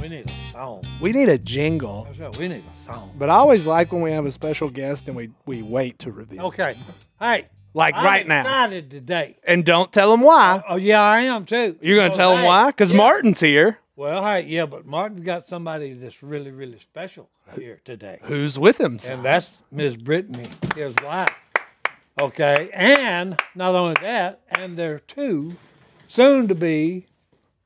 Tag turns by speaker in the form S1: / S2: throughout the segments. S1: We need a song.
S2: We need a jingle.
S1: That's right. We need a song.
S2: But I always like when we have a special guest and we, we wait to reveal.
S1: Okay. Hey.
S2: Like
S1: I'm
S2: right now.
S1: Excited today.
S2: And don't tell them why.
S1: Oh yeah, I am too.
S2: You're going to
S1: So,
S2: tell them
S1: hey,
S2: why? Because
S1: yeah.
S2: Martin's here.
S1: Well, hey, yeah, but Martin's got somebody that's really, really special here today,
S2: Who's with him? son?
S1: and that's Miss Brittany, his wife. Okay, and not only that, and their two soon-to-be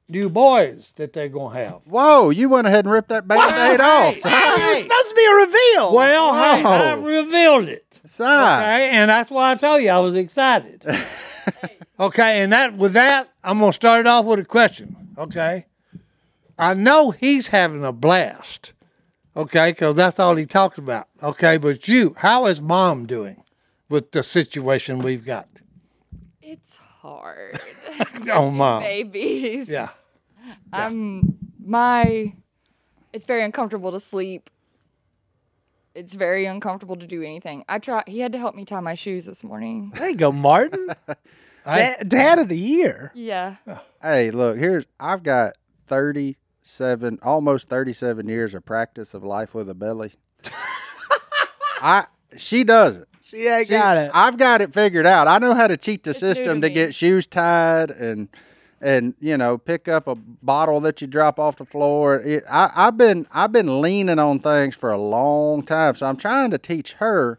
S1: new boys that they're gonna have.
S3: Whoa, you went ahead and ripped that band-aid off.
S1: Hey,
S3: son.
S2: It was
S1: hey.
S2: supposed to be a reveal.
S1: Well, hey, I
S3: Wow.
S1: revealed it.
S3: Son.
S1: Okay, and that's why I told you I was excited. okay, and that with that, I'm gonna start it off with a question. Okay, I know he's having a blast. Okay, because that's all he talks about. Okay, but you, how is mom doing with the situation we've got?
S4: It's hard.
S1: Oh, mom.
S4: Babies.
S1: Yeah.
S4: I'm my it's very uncomfortable to sleep. It's very uncomfortable to do anything. I try he had to help me tie my shoes this morning.
S2: There you go, Martin.
S1: I-
S2: Da- Dad of the year.
S4: Yeah.
S3: Hey, look, here's I've got 37 almost 37 years of practice of life with a belly. I she does it.
S2: She ain't
S3: She- I've got it figured out. I know how to cheat the
S4: new
S3: system
S4: to
S3: to
S4: me.
S3: get shoes tied and and you know pick up a bottle that you drop off the floor. It, I, I've been I've been leaning on things for a long time, so I'm trying to teach her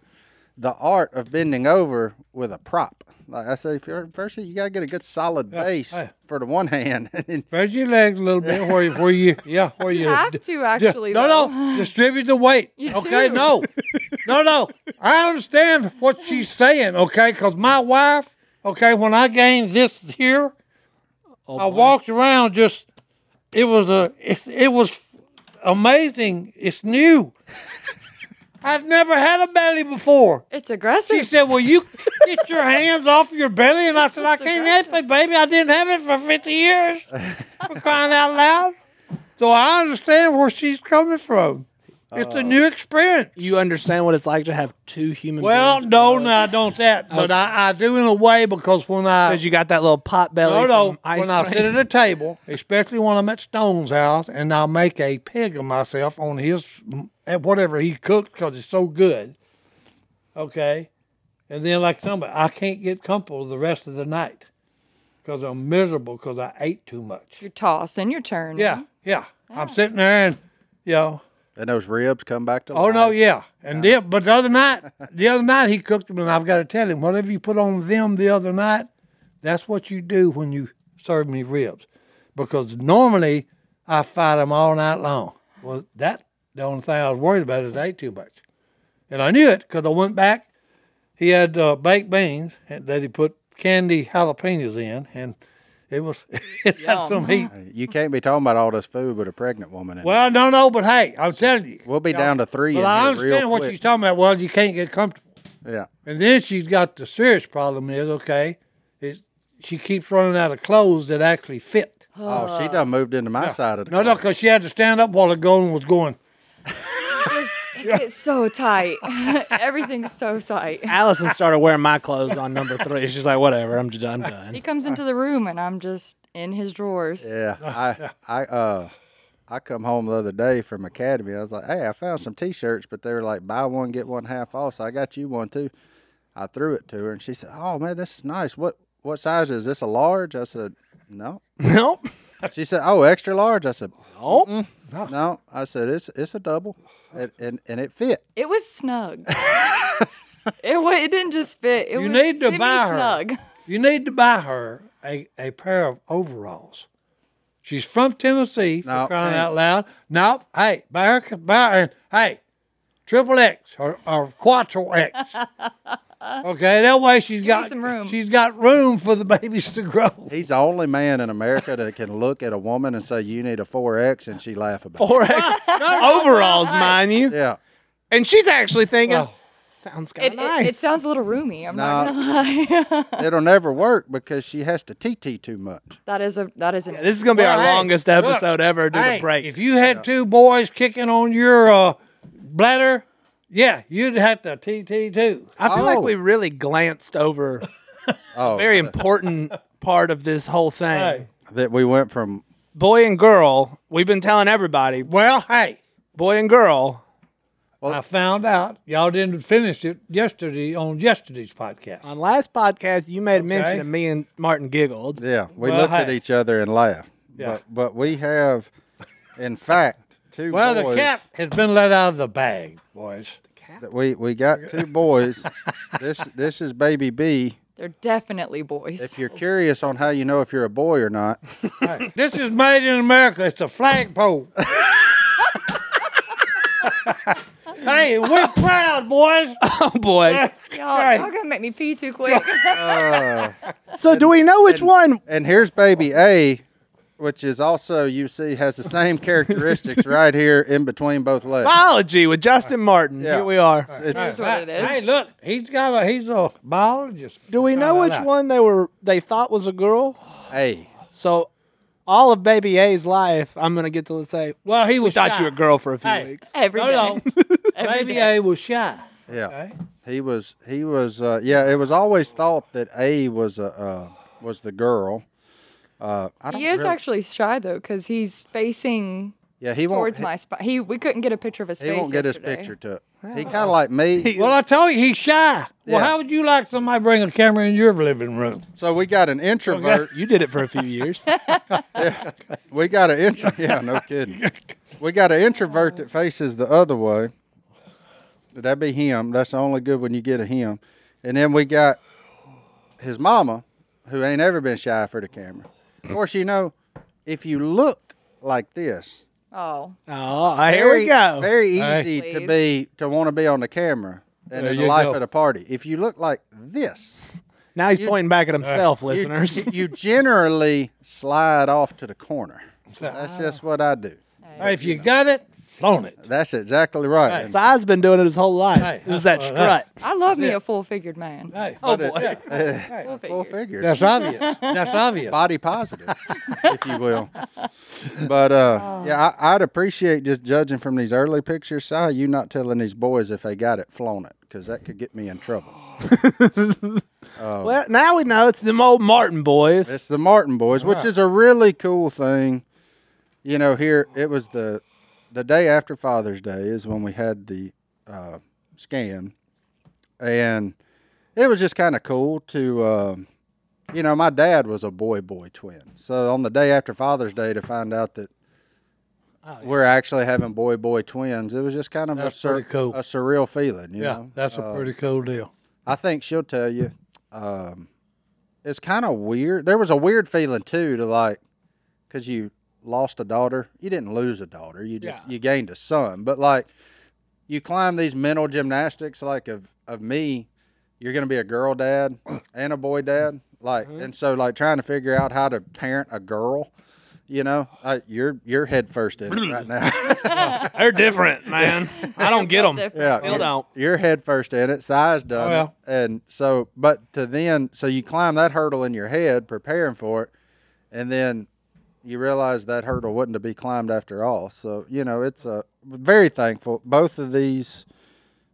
S3: the art of bending over with a prop. Like I say, fir- first thing, you gotta get a good solid base
S1: hey.
S3: for the one hand, and then
S1: Spread your legs a little bit. Where you, where you, yeah, where you.
S4: have to actually
S1: No,
S4: though.
S1: no, distribute the weight. okay,
S4: do.
S1: no, no, no. I understand what she's saying. Okay, because my wife. Okay, when I gained this here, I walked around just. It was a. It, it was amazing. It's new. I've never had a belly before.
S4: It's
S1: She
S4: aggressive.
S1: said, "Will you get your hands off your belly?" And I said, "I can't help it, baby. I didn't have it for fifty years." For crying out loud! So I understand where she's coming from. It's a new experience.
S2: You understand what it's like to have two human
S1: Well,
S2: beings.
S1: no, no, I don't that, but I, I do in a way because when I
S2: Because you got that little pot belly.
S1: no, no,
S2: from ice
S1: when I
S2: cream.
S1: sit at a table, especially when I'm at Stone's house, and I make a pig of myself on his at whatever he cooked because it's so good. Okay, and then like somebody, I can't get comfortable the rest of the night because I'm miserable because I ate too much.
S4: Your toss and your turn.
S1: Yeah, yeah, I'm sitting there and you know,
S3: and those ribs come back to
S1: oh
S3: life.
S1: no, yeah, and then but the other night, the other night he cooked them, and I've got to tell him whatever you put on them the other night, that's what you do when you serve me ribs, because normally I fight them all night long. Well, that the only thing I was worried about is I ate too much, and I knew it because I went back. He had uh, baked beans and- that he put candy jalapenos in, and it was it had some heat.
S3: You can't be talking about all this food with a pregnant woman. In it.
S1: Well, no, no, but hey, I'm telling you,
S3: we'll be down to three.
S1: Well,
S3: in
S1: I
S3: here
S1: understand
S3: real
S1: what
S3: quick.
S1: she's talking about. Well, you can't get comfortable.
S3: Yeah.
S1: And then she's got the serious problem is okay, is she keeps running out of clothes that actually fit.
S3: Oh, she done moved into my side of the
S1: No, no, because she had to stand up while the going was going.
S4: It's, it gets so tight. Everything's so tight.
S2: Allison started wearing my clothes on number three. She's like, whatever, I'm done.
S4: He
S2: done.
S4: comes into the room and I'm just in his drawers.
S3: Yeah, I, I, uh, I come home the other day from academy. I was like, "Hey, I found some T-shirts, but they were like buy one get one half off." So I got you one too. I threw it to her, and she said, "Oh man, this is nice. What what size is this? A large?" I said, "No."
S2: Nope.
S3: She said, "Oh, extra large." I said,
S2: Nope.
S3: "No." I said, "It's it's a double, and and, and it fit."
S4: It was snug. it wa- it didn't just fit. It
S1: You
S4: was
S1: need to buy her.
S4: semi-snug.
S1: You need to buy her a, a pair of overalls. She's from Tennessee for
S3: No,
S1: crying
S3: hey.
S1: out loud. No, hey, buy her, buy her, and hey, triple X or, or quattro X. okay, that way she's
S4: me
S1: got
S4: some room.
S1: She's got room for the babies to grow.
S3: He's the only man in America that can look at a woman and say, "You need a 4X," and she laugh about. it.
S2: 4X overalls, mind you.
S3: Yeah.
S2: And she's actually thinking,
S1: Well,
S2: sounds
S4: It,
S2: kind
S4: it-
S2: of
S4: it,
S2: nice.
S4: sounds a little roomy. I'm not
S3: No.
S4: gonna lie.
S3: It'll never work because she has to TT too much.
S4: that is a that is an
S2: this is going to be
S1: Well,
S2: our
S1: hey,
S2: longest
S1: look,
S2: episode ever due
S1: hey,
S2: to break.
S1: If you had two boys kicking on your uh, bladder, yeah, you'd have to TT too.
S2: I feel like
S3: Oh.
S2: we really glanced over
S3: Oh,
S2: Very important part of this whole thing.
S1: Hey.
S3: that we went from
S2: Boy and girl, we've been telling everybody,
S1: Well, hey,
S2: boy and girl.
S1: I found out y'all didn't finish it yesterday on yesterday's podcast.
S2: On last podcast, you made mention
S1: Okay.
S2: of me and Martin giggled.
S3: yeah, we
S1: Well,
S3: looked at
S1: hey.
S3: each other and laughed.
S1: Yeah.
S3: But but we have, in fact, two.
S1: Well, the
S3: boys
S1: cat has been let out of the bag, boys.
S3: that we we got two boys. this this is baby B.
S4: They're definitely boys.
S3: If you're curious on how you know if you're a boy or not,
S1: Hey, this is made in America. It's a flagpole. hey, we're proud, boys.
S2: Oh boy.
S4: Y'all,
S1: Right.
S4: y'all gonna make me pee too quick.
S2: so do we know which one?
S3: and here's baby A, which is also you see has the same characteristics right here in between both legs.
S2: Biology with Justin Martin.
S3: Yeah.
S2: Here we are.
S4: That's
S3: It's
S4: what it is.
S1: Hey, look, he's got a he's a biologist.
S2: Do we know which one they were they thought was a girl?
S3: A.
S2: So all of baby A's life, I'm gonna get to say
S1: Well, he was
S2: thought you
S1: shy.
S2: were a girl for a few
S1: Hey,
S2: weeks.
S4: Every day.
S1: no, no. Baby A was shy.
S3: Yeah.
S1: Okay.
S3: He was he was uh, yeah. It was always thought that A was a uh, was the girl. Uh, I don't
S4: He is
S3: really-
S4: actually shy though, because he's facing
S3: yeah. He won't
S4: towards
S3: he,
S4: my spot. He we couldn't get a picture of his
S3: he
S4: face.
S3: won't get his
S4: yesterday.
S3: picture took. He kind of like me.
S1: Well, I told you he's shy. Well,
S3: Yeah.
S1: how would you like somebody bring a camera in your living room?
S3: So we got an introvert.
S2: You did it for a few years.
S3: We got an intro. Yeah, no kidding. We got an introvert that faces the other way. That'd be him. That's the only good one you get of him. And then we got his mama, who ain't ever been shy for the camera. Of course, you know, if you look like this,
S4: Oh,
S2: oh, here
S3: very,
S2: we go.
S3: very
S1: Hey.
S3: easy to be to want to be on the camera and
S1: There
S3: in the
S1: you
S3: life
S1: go.
S3: at a party. If you look like this,
S2: now he's pointing back at himself,
S3: Uh, you,
S2: listeners.
S3: you generally slide off to the corner. That's just what I do.
S1: Hey, if you got it, flown it.
S3: That's exactly right. And-
S2: Si's been doing it his whole life.
S1: Hey,
S2: it was that
S1: uh, uh,
S2: strut.
S4: I love me a full figured man.
S1: Hey,
S2: Oh boy.
S4: Full
S3: full
S4: figured.
S3: figure.
S1: that's obvious. That's obvious.
S3: Body positive, if you will. But uh, yeah, I, I'd appreciate just judging from these early pictures, Si, you not telling these boys if they got it flown it, because that could get me in trouble.
S1: uh.
S2: Well, now we know it's them old Martin boys.
S3: It's the Martin boys, which is a really cool thing. You know, here it was the the day after Father's Day is when we had the uh, scan, and it was just kind of cool to, um you know, my dad was a boy boy twin, so on the day after Father's Day to find out that. We're actually having boy boy twins. It was just kind of a,
S1: Oh, That's
S3: sur-
S1: pretty cool.
S3: a surreal feeling, you
S1: Yeah,
S3: know.
S1: that's
S2: uh,
S1: a pretty cool deal.
S3: I think she'll tell you. Um, it's kind of weird. There was a weird feeling too to like, because you lost a daughter. You didn't lose a daughter. You just you gained a son. But like, you climb these mental gymnastics like of of me. You're gonna be a girl dad and a boy dad. Like, and so like trying to figure out how to parent a girl. You know, I, you're you're head first in it right now.
S2: They're different, man. I don't get them.
S4: Different.
S3: Yeah,
S2: Still
S3: you're-
S2: don't.
S3: You're head first in it. Size
S1: Oh,
S3: done. it.
S1: yeah.
S3: And so, but to then, so you climb that hurdle in your head, preparing for it, and then you realize that hurdle wasn't to be climbed after all. So you know, it's a very thankful. Both of these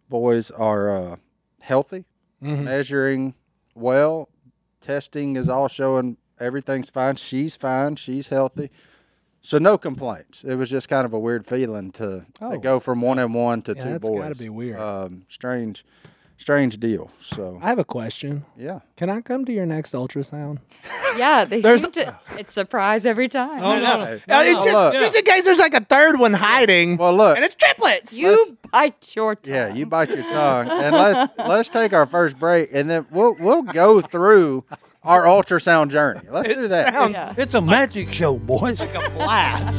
S3: boys are uh, healthy,
S2: Mm-hmm.
S3: measuring well. Testing is all showing everything's fine. She's fine. She's healthy. So no complaints. It was just kind of a weird feeling to, to go from one and one to
S2: Oh. Yeah,
S3: two
S2: that's
S3: boys.
S2: gotta be weird.
S3: Um, strange, strange deal. So
S2: I have a question.
S3: yeah,
S2: Can I come to your next ultrasound?
S4: Yeah, they
S2: There's-
S4: seem to. It's surprise every time.
S3: Oh,
S2: Uh, it
S3: no.
S2: just,
S3: Look.
S2: just in case there's like a third one hiding.
S3: Well, look.
S2: and it's triplets.
S4: you bite your tongue.
S3: yeah. You bite your tongue, and let's let's take our first break, and then we'll we'll go through our ultrasound journey. Let's do that.
S2: sounds
S4: Yeah.
S1: It's a magic show, boys.
S2: a blast.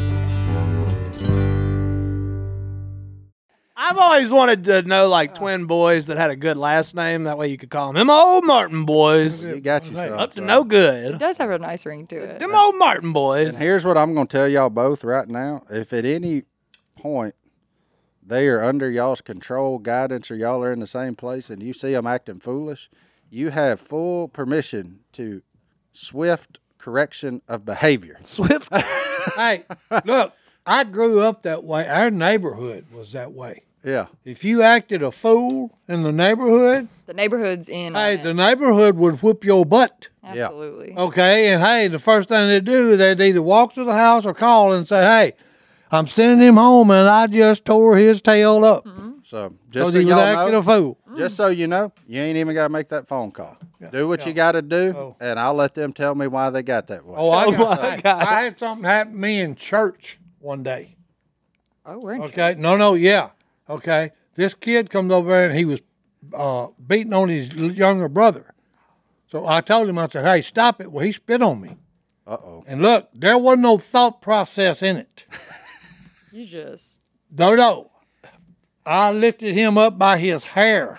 S2: I've always wanted to know like twin boys that had a good last name. That way you could call them them old Martin boys.
S3: you got you some.
S2: Up to
S3: so.
S2: no
S4: It
S2: good.
S4: does have a nice ring to it.
S2: Them old Martin boys.
S3: Here's what I'm going to tell y'all both right now. If at any point they are under y'all's control, guidance, or y'all are in the same place and you see them acting foolish, you have full permission to swift correction of behavior.
S2: Swift.
S1: hey, look, I grew up that way. Our neighborhood was that way.
S3: Yeah.
S1: If you acted a fool in the neighborhood,
S4: The neighborhood's in. on
S1: hey,
S4: it.
S1: the neighborhood would whoop your butt.
S4: Absolutely.
S3: Oh,
S1: Okay, and hey, the first thing they do, they'd either walk to the house or call and say, "Hey, I'm sending him home, and I just tore his tail up
S3: So just
S1: because
S3: so
S1: he
S3: y'all
S1: was acting
S3: know,
S1: a fool."
S3: just so you know, you ain't even gotta make that phone call. Do what you gotta do, and I'll let them tell me why they got that way.
S1: Oh, I, got,
S2: my God.
S1: I had something happen to me in church one day.
S4: Oh, we're in.
S1: Okay, no, no, yeah, okay. This kid comes over there and he was uh, beating on his l- younger brother. So I told him, I said, "Hey, stop it!" Well, he spit on me.
S3: Uh oh.
S1: And look, there wasn't no thought process in it.
S4: You just.
S1: Dodo, I lifted him up by his hair.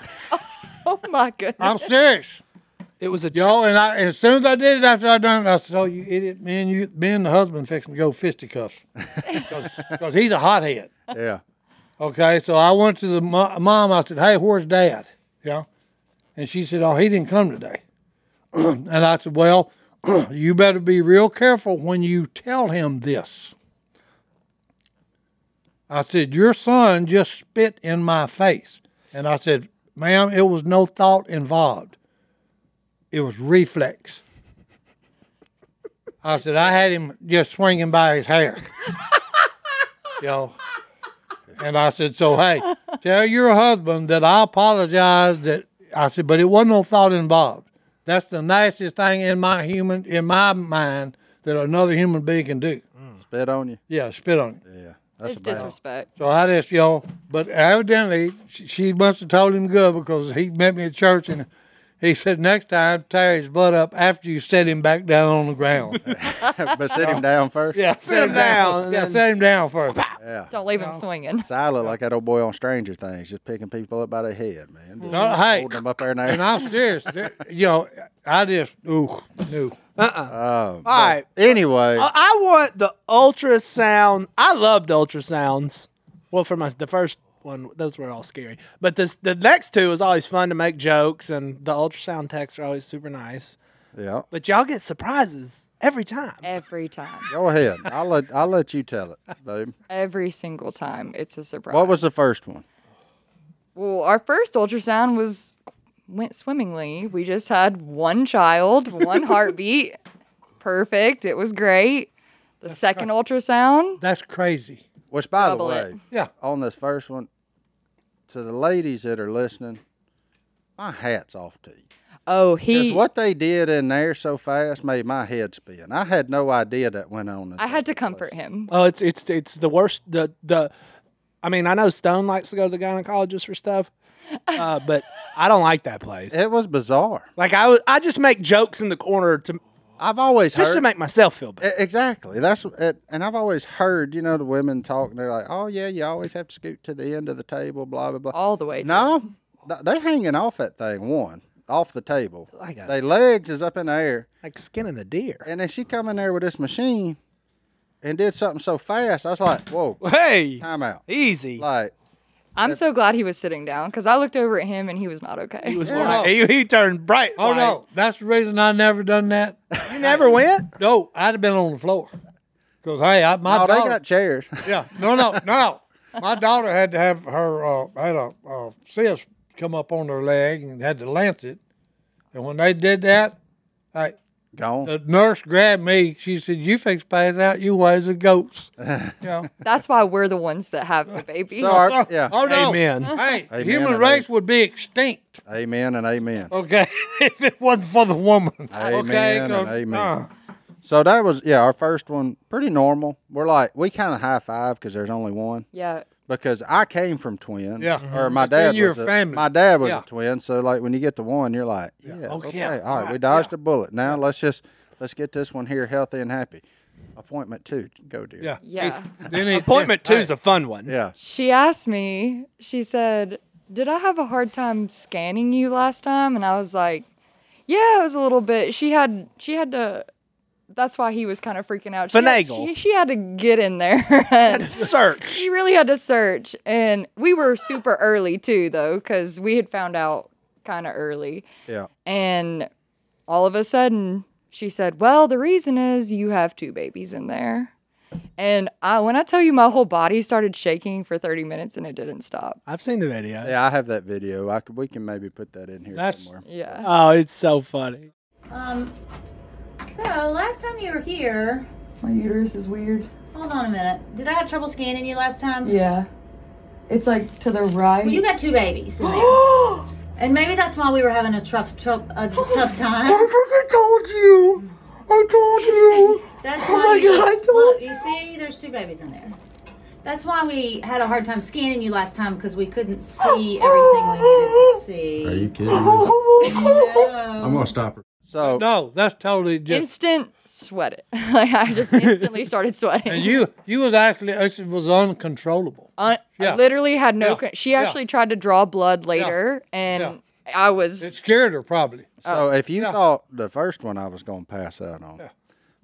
S4: Oh my goodness.
S1: I'm serious,
S2: It was a
S1: yo. And I, as soon as I did it, after I done it, I said, "Oh, you idiot, man! You, me and the husband fixing to go fisticuffs because he's a hothead."
S3: Yeah.
S1: Okay, so I went to the mo- mom. I said, "Hey, where's Dad?" Yeah, and she said, "Oh, he didn't come today." and I said, "Well, you better be real careful when you tell him this." I said, "Your son just spit in my face," and I said, "Ma'am, it was no thought involved. It was reflex." I said, "I had him just swinging by his hair." you know. And I said, so hey, tell your husband that I apologize. That I said, but it wasn't no thought involved. That's the nicest thing in my human, in my mind, that another human being can do.
S2: Mm.
S3: Spit on you.
S1: Yeah, spit on it.
S3: Yeah. That's
S4: It's disrespect.
S1: So I just, you know, but evidently she, she must have told him good because he met me at church and he said, next time tear his butt up after you set him back down on the ground.
S3: but sit him down first.
S1: yeah,
S2: sit him down. and
S1: yeah,
S2: then-
S1: set him down first.
S4: Don't leave him swinging.
S3: So I look like that old boy on Stranger Things, just picking people up by their head, man. Just
S1: No, hey,
S3: holding them up there and
S1: and
S3: there.
S1: I'm serious. there- You know, I just, ooh, no.
S2: All right.
S3: Anyway,
S1: Uh,
S2: I- I want the ultrasound. I loved ultrasounds. Well, for my the first one, those were all scary. But this the next two is always fun to make jokes, and the ultrasound texts are always super nice.
S3: yeah.
S2: But y'all get surprises every time.
S4: Every time.
S3: Go ahead. I'll let I'll let you tell it, babe.
S4: Every single time. It's a surprise.
S3: What was the first one?
S4: Well, our first ultrasound was went swimmingly. We just had one child, one heartbeat. Perfect. It was great. The second ultrasound,
S1: That's crazy.
S3: Which, by
S4: Double
S3: the way,
S4: it.
S1: Yeah.
S3: on this first one, to the ladies that are listening, my hat's off to you.
S4: oh,
S3: Because
S4: he
S3: what they did in there so fast made my head spin. I had no idea that went on. in
S4: I had
S3: such
S4: to
S3: a
S4: comfort him.
S2: Oh, it's it's it's the worst. The the, I mean, I know Stone likes to go to the gynecologist for stuff, uh, but I don't like that place.
S3: place. It was bizarre.
S2: Like I was, I just make jokes in the corner to
S3: I've always
S2: just
S3: heard.
S2: to make myself feel better.
S3: E- Exactly. That's it, and I've always heard, you know, the women talking. They're like, "Oh yeah, you always have to scoot to the end of the table." Blah blah blah.
S4: All the way. to-
S3: No, th- they hanging off that thing. One off the table.
S2: I got it.
S3: They legs is up in the air,
S2: Like skinning a deer.
S3: and then she come in there with this machine, and did something so fast. I was like, "Whoa,
S2: Hey,
S3: time out!"
S2: easy.
S3: Like,
S4: I'm so glad he was sitting down because I looked over at him and he was not okay.
S2: He was
S1: Yeah.
S2: white. He, he turned bright.
S1: Oh
S2: white.
S1: no, that's the reason I never done that.
S2: You never went.
S1: No, I'd have been on the floor. Cause hey, I, my
S3: oh, they
S1: daughter.
S3: got chairs.
S1: yeah, no, no, no. My daughter had to have her uh, had a uh, cyst come up on her leg and had to lance it. And when they did that, I,
S3: Gone.
S1: the nurse grabbed me. She said, "You fix pass out. You weighs a goats." You know?
S4: That's why we're the ones that have the baby.
S3: So our, yeah.
S1: Oh no.
S2: Amen.
S1: Hey,
S3: Amen,
S1: human
S3: amen.
S1: race would be extinct.
S3: Amen and amen.
S2: Oh.
S1: Okay, if it wasn't for the woman. okay,
S3: Amen and
S1: 'cause,
S3: amen.
S1: uh,
S3: So that was yeah our first one. Pretty normal. We're like we kind of high five because there's only one.
S4: yeah.
S3: because I came from twin.
S1: Yeah. Mm-hmm.
S3: Or my
S1: then
S3: dad
S1: you're
S3: was a,
S1: family.
S3: my dad was
S1: Yeah.
S3: a twin. So like when you get to one, you're like, yeah,
S1: Okay,
S3: okay,
S1: all
S3: all right, we
S1: right,
S3: dodged a bullet. Now let's just let's get this one here healthy and happy. Appointment two, go dear.
S1: yeah,
S4: Yeah.
S1: Then it-
S2: Appointment
S1: then-
S2: two's a fun one.
S3: yeah.
S4: She asked me, she said, Did I have a hard time scanning you last time? And I was like, Yeah, it was a little bit. She had she had to that's why he was kind of freaking out. She had-
S2: Finagle.
S4: she, she had to get in there. and
S2: Search.
S4: she really had to search. And we were super early too, though, because we had found out kind of early.
S3: Yeah.
S4: And all of a sudden, she said, Well, the reason is you have two babies in there. And I, when I tell you, my whole body started shaking for 30 minutes and it didn't stop.
S2: I've seen the video.
S3: Yeah, I have that video. I could, we can maybe put that in here
S1: That's-
S3: somewhere.
S4: Yeah.
S2: Oh, it's so funny.
S5: Um, so last time you were here,
S4: My uterus is weird.
S5: hold on a minute. Did I have trouble scanning you last time?
S4: Yeah. It's like to the right.
S5: Well, you got two babies in there. and maybe that's why we were having a tough, tough, a tough time.
S4: I told you. I told you.
S5: That's
S4: Oh
S5: why
S4: my
S5: we,
S4: God, I told
S5: look, you
S4: you.
S5: see, there's two babies in there. That's why we had a hard time scanning you last time because we couldn't see everything we needed to see.
S6: Are you kidding me?
S5: No.
S6: I'm gonna stop her.
S3: So
S1: No, that's totally just.
S4: Instant sweat it. like I just instantly started sweating.
S1: and you, you was actually it was uncontrollable.
S4: Un-
S1: Yeah.
S4: I literally had no.
S1: Yeah.
S4: con- she
S1: Yeah.
S4: actually tried to draw blood later, and I was.
S1: It scared her probably.
S3: So if you thought the first one I was going to pass out on,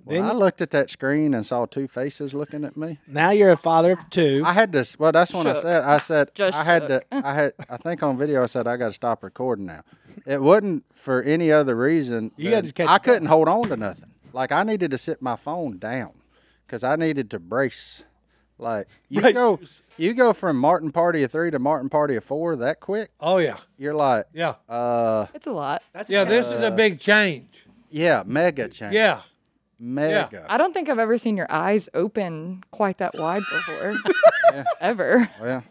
S3: when I looked at that screen and saw two faces looking at me,
S2: Now you're a father of two.
S3: I had this. Well, that's when I
S4: Shook.
S3: said I said
S4: Just
S3: I had
S4: shook.
S3: to. I had. I think on video I said I got to stop recording now. It wasn't for any other reason.
S2: You
S3: than
S2: had to catch
S3: I
S2: your
S3: couldn't hold on to nothing. Like I needed to sit my phone down because I needed to brace. Like you
S2: Brace
S3: go, you go from Martin Party of three to Martin Party of four that quick.
S1: Oh yeah,
S3: You're like,
S1: yeah,
S3: uh,
S4: it's a lot.
S1: yeah. This is a big change.
S3: yeah, mega change.
S1: Yeah,
S3: mega.
S4: I don't think I've ever seen your eyes open quite that wide before, ever.
S3: Well,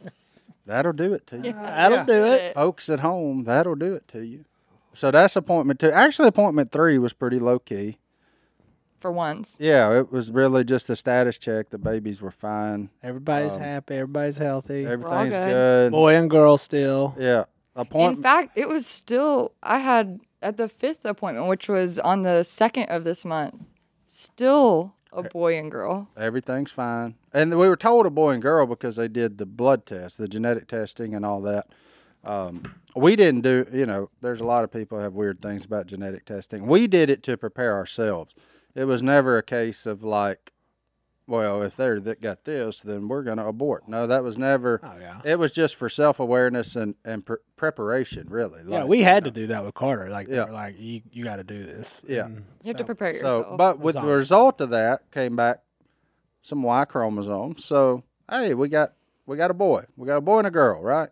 S3: that'll do it to you.
S2: That'll do it.
S3: Folks at home, that'll do it to you. So that's appointment two. Actually, appointment three was pretty low key.
S4: For once,
S3: Yeah, it was really just a status check. The babies were fine.
S2: Everybody's happy. Everybody's healthy.
S3: Everything's
S4: good.
S3: good.
S2: Boy and girl still.
S3: Yeah.
S4: in
S3: Appointment.
S4: fact, it was still. I had at the fifth appointment, which was on the second of this month, still a boy and girl.
S3: everything's fine. And we were told a boy and girl because they did the blood test, the genetic testing, and all that. Um, we didn't do, you know, there's a lot of people have weird things about genetic testing. We did it to prepare ourselves. It was never a case of like, well, if they're that got this, then we're going to abort. No, that was never. Oh,
S2: yeah.
S3: It was just for self awareness and, and pre- preparation, really.
S2: Yeah,
S3: Like,
S2: we had to do that with Carter. Like, they
S3: Yeah.
S2: were like you, you got to do this.
S3: Yeah.
S2: And
S4: You have to prepare yourself.
S3: So, but with the
S2: Resolved.
S3: result of that came back some Y chromosomes. So, hey, we got we got a boy. We got a boy and a girl, right?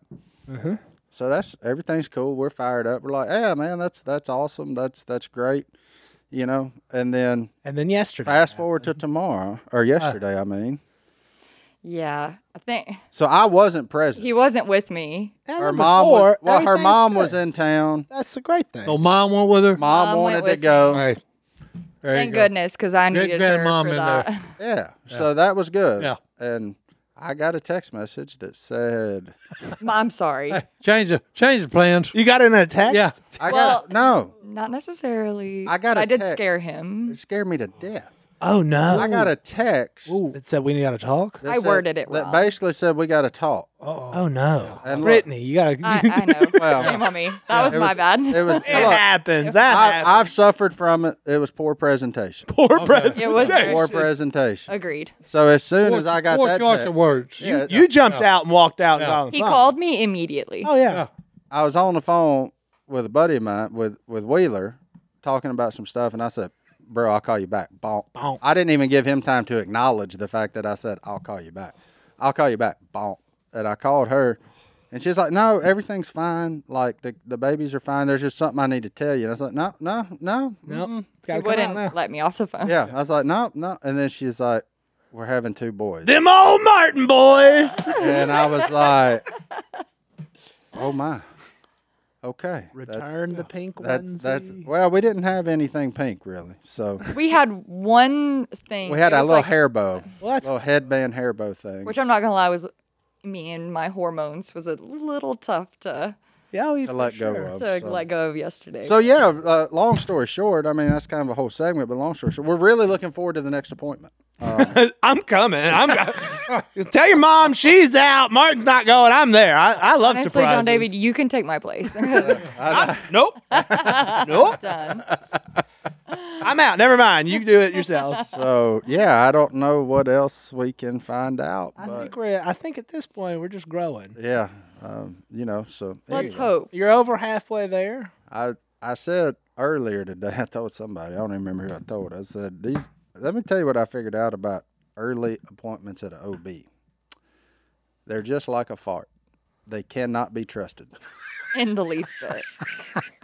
S3: So that's everything's cool. We're fired up. We're like, yeah, man, that's that's awesome. That's that's great. You know, and then
S2: and then yesterday,
S3: fast forward to tomorrow or yesterday, I mean.
S4: yeah, I think
S3: So I wasn't present.
S4: he wasn't with me.
S2: And
S3: Her
S2: then
S3: mom,
S2: before,
S3: was, well, her
S2: everything's
S3: mom was
S2: good.
S3: in town.
S2: That's a great thing.
S1: so mom went with her.
S3: Mom,
S4: Mom went
S3: wanted to
S4: with
S3: go.
S1: Hey, there
S4: Thank
S1: you go.
S4: goodness, because I
S1: Good
S4: needed her
S1: grandmom
S4: for
S1: in
S4: that.
S1: there.
S3: Yeah. So that was good.
S1: Yeah.
S3: And I got a text message that said,
S4: I'm sorry.
S1: Change the change the plans.
S2: you got in a text.
S1: Yeah.
S3: I
S4: Well-
S3: got no.
S4: Not necessarily.
S3: I got a
S4: I did
S3: text.
S4: scare him.
S3: It scared me to death.
S2: Oh no.
S3: I got a text.
S2: It said we got to talk.
S3: that
S4: I
S3: said-
S4: worded it
S3: that
S4: wrong.
S3: basically said we got to talk.
S2: Oh no.
S3: And look-
S2: Brittany, you got to.
S4: I, I know.
S3: Well,
S4: Shame on me. That was
S3: it
S4: my
S3: was-
S4: bad.
S3: It was.
S2: It
S3: look,
S2: happens. That happens.
S3: I, I've suffered from it. It was poor presentation.
S2: Poor president.
S4: It was very-
S3: Poor presentation.
S4: Agreed.
S3: So as soon
S1: Poor,
S3: as I got
S1: poor
S3: that,
S1: choice
S3: text,
S1: of words.
S3: yeah,
S2: You jumped out and walked out. And got on the
S4: He
S2: phone.
S4: called me immediately.
S2: Oh yeah.
S3: I was on the phone with a buddy of mine with with Wheeler, talking about some stuff, and I said, "Bro, I'll call you back." Bonk.
S2: Bonk.
S3: I didn't even give him time to acknowledge the fact that I said, "I'll call you back." I'll call you back. Bonk. And I called her, and she's like, "No, everything's fine. Like the the babies are fine. There's just something I need to tell you." And I was like, "No, no, no,
S2: Nope.
S4: He
S2: Gotta come out now.
S4: wouldn't let me off the phone.
S3: yeah." I was like, "No, no." And then she's like, "We're having two boys,"
S2: Them old Martin boys.
S3: and I was like, "Oh my." Okay. that's-
S2: Return the pink ones.
S3: That's that's well, we didn't have anything pink really. So
S4: We had one thing.
S3: we had
S4: It
S3: our
S4: was
S3: little
S4: like-
S3: hair bow,
S2: Well, that's-
S3: little headband hair bow thing.
S4: Which I'm not going to lie was me and my hormones was a little tough to,
S2: Yeah, we
S3: I let go
S2: Oh, sure.
S3: of.
S4: to
S3: so.
S4: let go of yesterday.
S3: So, yeah, uh, long story short, I mean that's kind of a whole segment, but long story short, we're really looking forward to the next appointment.
S2: I'm coming. I'm. Tell your mom she's out. Martin's not going. I'm there. I, I love
S4: Honestly,
S2: surprises.
S4: John David, you can take my place.
S2: Nope. nope. I'm out. Never mind. You do it yourself.
S3: So yeah, I don't know what else we can find out,
S2: I
S3: but
S2: think we're. I think at this point we're just growing.
S3: yeah, um, you know. So there
S4: Let's
S3: you go.
S4: hope.
S2: You're over halfway there.
S3: I I said earlier today, I told somebody, I don't even remember who I told. I said these. Let me tell you what I figured out about early appointments at a OB. They're just like a fart. They cannot be trusted.
S4: in the least bit.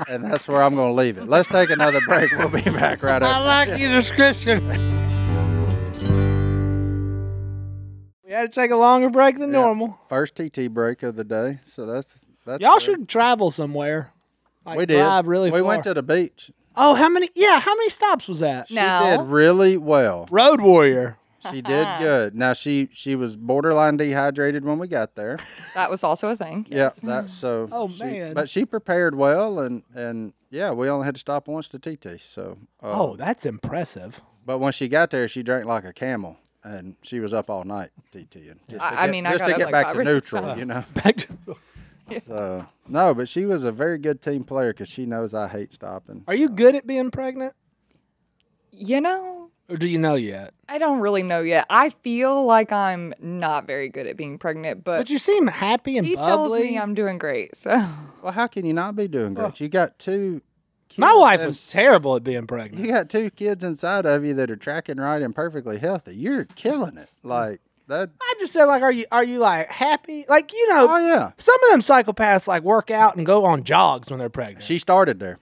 S3: And that's where I'm going to leave it. Let's take another break. We'll be back right
S1: I
S3: after.
S1: like your description.
S2: We had to take a longer break than normal.
S3: First TT break of the day. So that's that's
S2: Y'all
S3: good.
S2: should travel somewhere. Like
S3: we did
S2: drive really
S3: we
S2: far.
S3: went to the beach.
S2: Oh, how many? Yeah, how many stops was that?
S3: She did
S4: No.
S3: really well.
S2: Road Warrior.
S3: She did good. Now she she was borderline dehydrated when we got there.
S4: That was also a thing.
S3: Yeah, that so.
S2: Oh,
S3: she-
S2: man.
S3: But she prepared well, and and yeah, we only had to stop once to TT. So, uh,
S2: Oh, that's impressive.
S3: but when she got there, she drank like a camel, and she was up all night TTing. Just
S4: I- I mean, I
S3: just to
S4: got up like
S3: get back
S4: five
S3: to
S4: or six
S3: neutral, you know.
S4: times.
S2: Back to,
S3: So no, but she was a very good team player because she knows I hate stopping.
S2: are you good at being pregnant,
S4: You know,
S2: or do you know yet?
S4: I don't really know yet. I feel like I'm not very good at being pregnant, but,
S2: But Oh, you seem happy and
S4: he
S2: bubbly.
S4: tells me I'm doing great. So
S3: Well, how can you not be doing great? You got two.
S2: Oh. My
S3: kids
S2: wife
S3: and
S2: was
S3: s-
S2: terrible at being
S3: You
S2: pregnant.
S3: got two kids inside of you that are tracking right and perfectly healthy. You're killing it. Like that.
S2: I just said, like, are you are you like happy? Like, you know,
S3: Oh yeah.
S2: some of them psychopaths like work out and go on jogs when they're pregnant.
S3: She started there.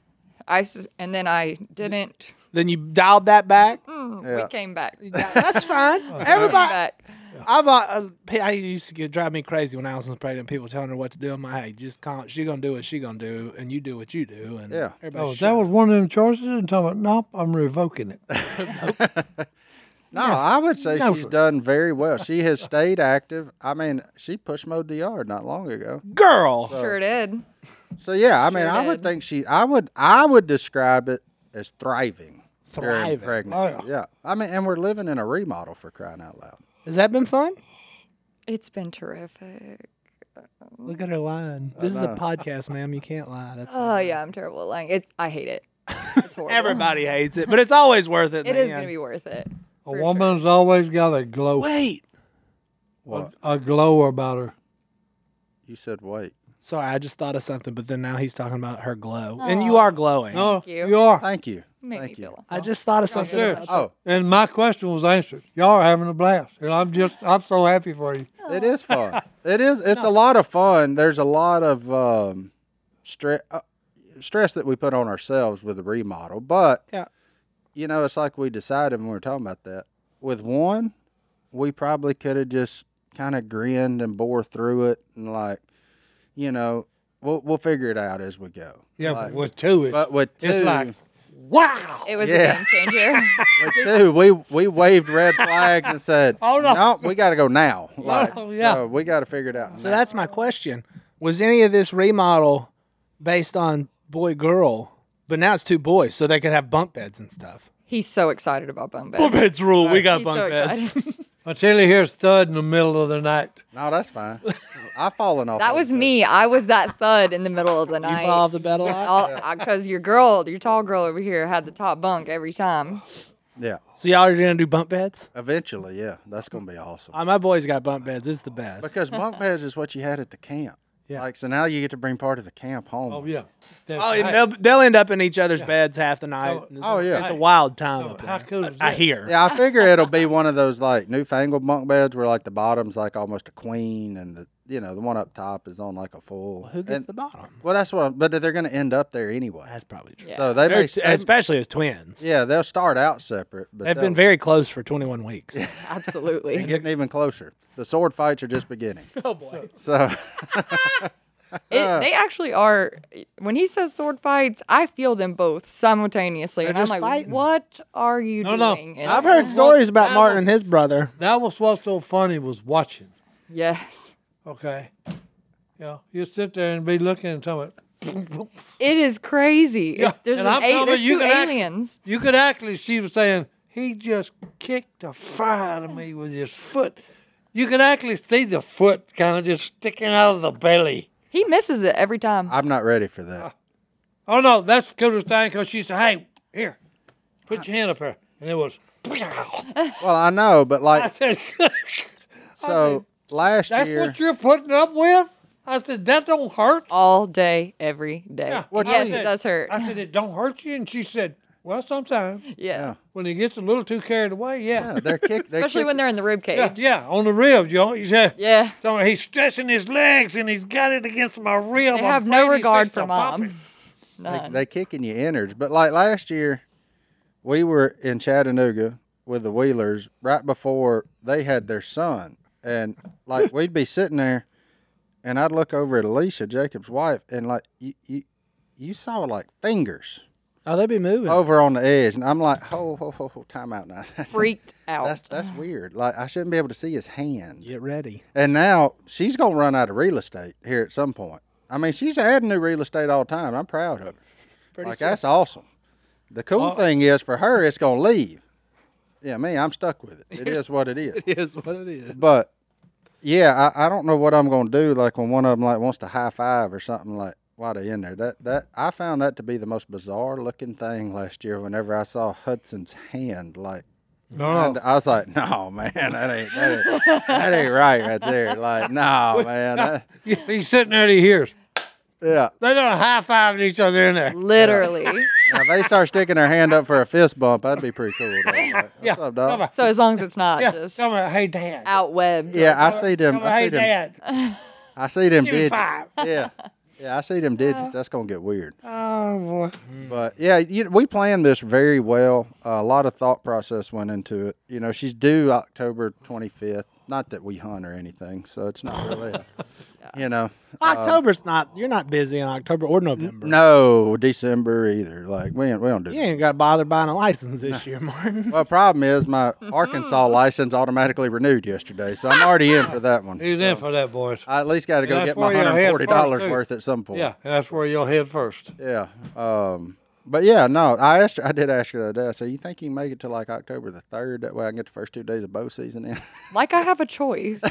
S4: I s- and then I didn't.
S2: then you dialed that back.
S4: Mm-hmm. We came back.
S2: That's fine.
S4: Came
S2: Everybody,
S4: back.
S2: I've uh, uh, pe- I used to get drive me crazy when I was pregnant. People telling her what to do. I'm like, hey, just calm. She gonna do what she gonna do, and you do what you do. And
S3: Yeah.
S2: everybody.
S1: Oh, that was one of them choices. And talking about, nope, I'm revoking it.
S3: No, I would say
S1: No,
S3: she's
S1: sir.
S3: done very well. She has stayed active. I mean, she push mowed the yard not long ago.
S2: girl.
S4: Sure did.
S3: So yeah, I mean, I would
S4: did.
S3: think she. I would. I would describe it as thriving. during
S2: Thriving.
S3: Pregnancy. yeah. I mean, and we're living in a remodel for crying out loud.
S2: Has that been fun?
S4: It's been terrific.
S2: Look at her lying. This is a podcast, ma'am. You can't lie. That's
S4: Oh yeah, I'm terrible at lying. It's I hate it. It's horrible.
S2: Uh-huh. everybody hates it, but it's always worth it. in
S4: It
S2: the
S4: is gonna
S2: end.
S4: be worth it.
S1: A woman's always got a glow,
S2: Wait.
S3: What?
S1: a glow about her.
S3: You said wait.
S2: Sorry, I just thought of something, but then now he's talking about her glow, and you are glowing.
S1: No,
S4: you.
S1: you are.
S3: Thank you.
S4: You Make
S3: Thank
S4: me
S3: you.
S4: feel.
S2: I just thought of something.
S1: Oh. sure.
S2: about-
S3: Oh,
S1: And my question was answered. Y'all are having a blast, and I'm just I'm so happy for you.
S3: it is fun. it is. It's a lot of fun. There's a lot of um, stress uh, stress that we put on ourselves with the remodel, but
S2: Yeah.
S3: you know, it's like we decided when we were talking about that. With one, we probably could have just kind of grinned and bore through it, and like, you know, we'll we'll figure it out as we go.
S1: Yeah,
S3: Like,
S1: but with two, it's,
S3: but with two,
S1: it's like, wow.
S4: It was
S3: Yeah.
S4: a game changer.
S3: with two, we we waved red flags and said,
S1: Hold on.
S3: no, we got to go now. Like,
S1: Oh, yeah.
S3: so we got to figure it out.
S2: So
S3: now.
S2: that's my question. Was any of this remodel based on boy girl? But now it's two boys, so they could have bunk beds and stuff.
S4: He's so excited about bunk beds.
S2: Bunk beds rule. We got
S4: He's
S2: bunk
S4: so
S2: beds.
S4: excited.
S1: Until he hears thud in the middle of the night.
S3: no, that's fine. I've fallen off.
S4: That
S3: of
S4: was
S3: it.
S4: me. I was that thud in the middle of the
S2: You
S4: night.
S2: fall off the bed a lot.
S4: Because your girl, your tall girl over here, had the top bunk every time.
S3: Yeah,
S2: So y'all are gonna do bunk beds?
S3: eventually, yeah, that's gonna be awesome.
S2: Oh, my boys got bunk beds. It's the best.
S3: Because bunk beds is what you had at the camp.
S2: Yeah.
S3: Like so now you get to bring part of the camp home.
S1: Oh yeah. That's
S2: Oh,
S1: right.
S2: and they'll, they'll end up in each other's beds half the night.
S1: Oh,
S2: It's-
S3: oh, yeah.
S2: it's a wild time
S1: Oh,
S2: up
S1: how
S2: there.
S1: cool is
S2: I
S1: that?
S2: hear.
S3: Yeah, I figure it'll be one of those like newfangled bunk beds where like the bottom's like almost a queen and the you know the one up top is on like a full.
S2: Who gets
S3: And-
S2: the bottom?
S3: well, that's what. I'm, but they're gonna end up there anyway.
S2: That's probably true.
S3: So they
S2: They're
S3: may,
S2: t-
S3: they-
S2: especially as twins.
S3: yeah they'll start out separate. But
S2: They've been
S3: they'll-
S2: very close for 21 weeks.
S4: Absolutely.
S3: getting even closer. The sword fights are just beginning.
S2: oh boy.
S3: So
S4: It, they actually are. When he says sword fights, I feel them both simultaneously, and I'm
S2: just
S4: like,
S2: fighting.
S4: "What are you
S1: No, no.
S4: doing?"
S2: I've heard stories about
S1: Yeah,
S2: Martin and his brother.
S1: That was what's so funny was watching.
S4: Yes,
S1: Okay. Yeah. You sit there and be looking and telling
S4: it is crazy.
S1: Yeah,
S4: There's
S1: and
S4: an
S1: I'm
S4: a-
S1: telling
S4: There's
S1: you, you
S4: two
S1: can act-
S4: aliens.
S1: you could actually she was saying, he just kicked the fire out of me with his foot. You could actually see the foot kind of just sticking out of the belly.
S4: He misses it every time.
S3: I'm not ready for that.
S1: Oh no, that's the coolest thing because she said, Hey, here, put your hand up here. And it was
S3: Well, I know, but
S1: I
S3: like
S1: said,
S3: so last
S1: That's
S3: year.
S1: what you're putting up with? I said, That don't hurt.
S4: All day, every day.
S1: Yeah.
S3: What's
S4: yes,
S3: funny-
S4: it does hurt.
S1: I said, It don't hurt you? And she said, Well, sometimes
S4: Yeah.
S1: when he gets a little too carried away, yeah.
S3: Yeah, they're kick, they're
S4: Especially
S3: kick-
S4: when they're in the rib
S1: Yeah,
S4: cage.
S1: yeah, on the ribs, you know. You say,
S4: Yeah.
S1: So he's stretching his legs and he's got it against my rib.
S4: They
S1: I'm
S4: have no
S1: afraid he's
S4: regard
S1: fixing
S4: for
S1: to pop it.
S4: mom. None.
S3: they kicking your innards. But like last year, we were in Chattanooga with the Wheelers right before they had their son, and like we'd be sitting there, and I'd look over at Alicia Jacob's wife, and like you you, you saw like fingers
S2: Oh, they be moving.
S3: over on the edge, and I'm like, ho ho ho, ho time out now. That's-
S4: Freaked out.
S3: That's that's weird. Like I shouldn't be able to see his hand.
S2: Get ready.
S3: And now she's gonna run out of real estate here at some point. I mean, she's adding new real estate all the time. I'm proud of her. like that's awesome. The cool thing is for her, it's gonna leave. Yeah, me, I'm stuck with it. It is what it is.
S2: Is what it is.
S3: But yeah, I, I don't know what I'm gonna do. Like when one of them like wants to high five or something like while they in there. That that I found that to be the most bizarre looking thing last year. Whenever I saw Hudson's hand, like
S1: No,
S3: and
S1: no.
S3: I was like, no, man, that ain't that ain't, that ain't right right there. Like, no, man. that-
S1: He's sitting there and he hears.
S3: yeah.
S1: They don't high fiving each other in there.
S4: Literally.
S3: Now, if they start sticking their hand up for a fist bump, that'd be pretty cool. though. Like, What's
S1: Yeah,
S3: up,
S1: come
S3: dog?
S1: on.
S4: so as long as it's not
S1: Yeah,
S4: just
S1: come on, hey dad.
S4: outwebbed.
S3: Yeah, I see them.
S1: Come on,
S3: I see
S1: hey
S3: them.
S1: dad.
S3: I see them
S1: Give me
S3: digits.
S1: five.
S3: Yeah. Yeah, I see them digits. That's gonna get weird.
S1: Uh, Oh boy.
S3: But yeah, you, we planned this very well. a lot of thought process went into it. You know, she's due October 25th. Not that we hunt or anything, so it's not really, a, you know.
S2: October's not. You're not busy in October or November.
S3: No, December either. Like we ain't, we don't do
S2: You
S3: that.
S2: ain't got to bother buying a license this year, Martin.
S3: Well, problem is my Arkansas license automatically renewed yesterday, so I'm already in for that one.
S1: He's in for that, boys.
S3: I at least got to go
S1: That's
S3: get my
S1: where your head
S3: $140
S1: first,
S3: worth at some point.
S1: Yeah, that's where you'll head first.
S3: Yeah. Um, but yeah, no, I asked her, I did ask her the other day. I said, You think you can make it to like October the 3rd? That way I can get the first two days of bow season in.
S4: Like I have a choice.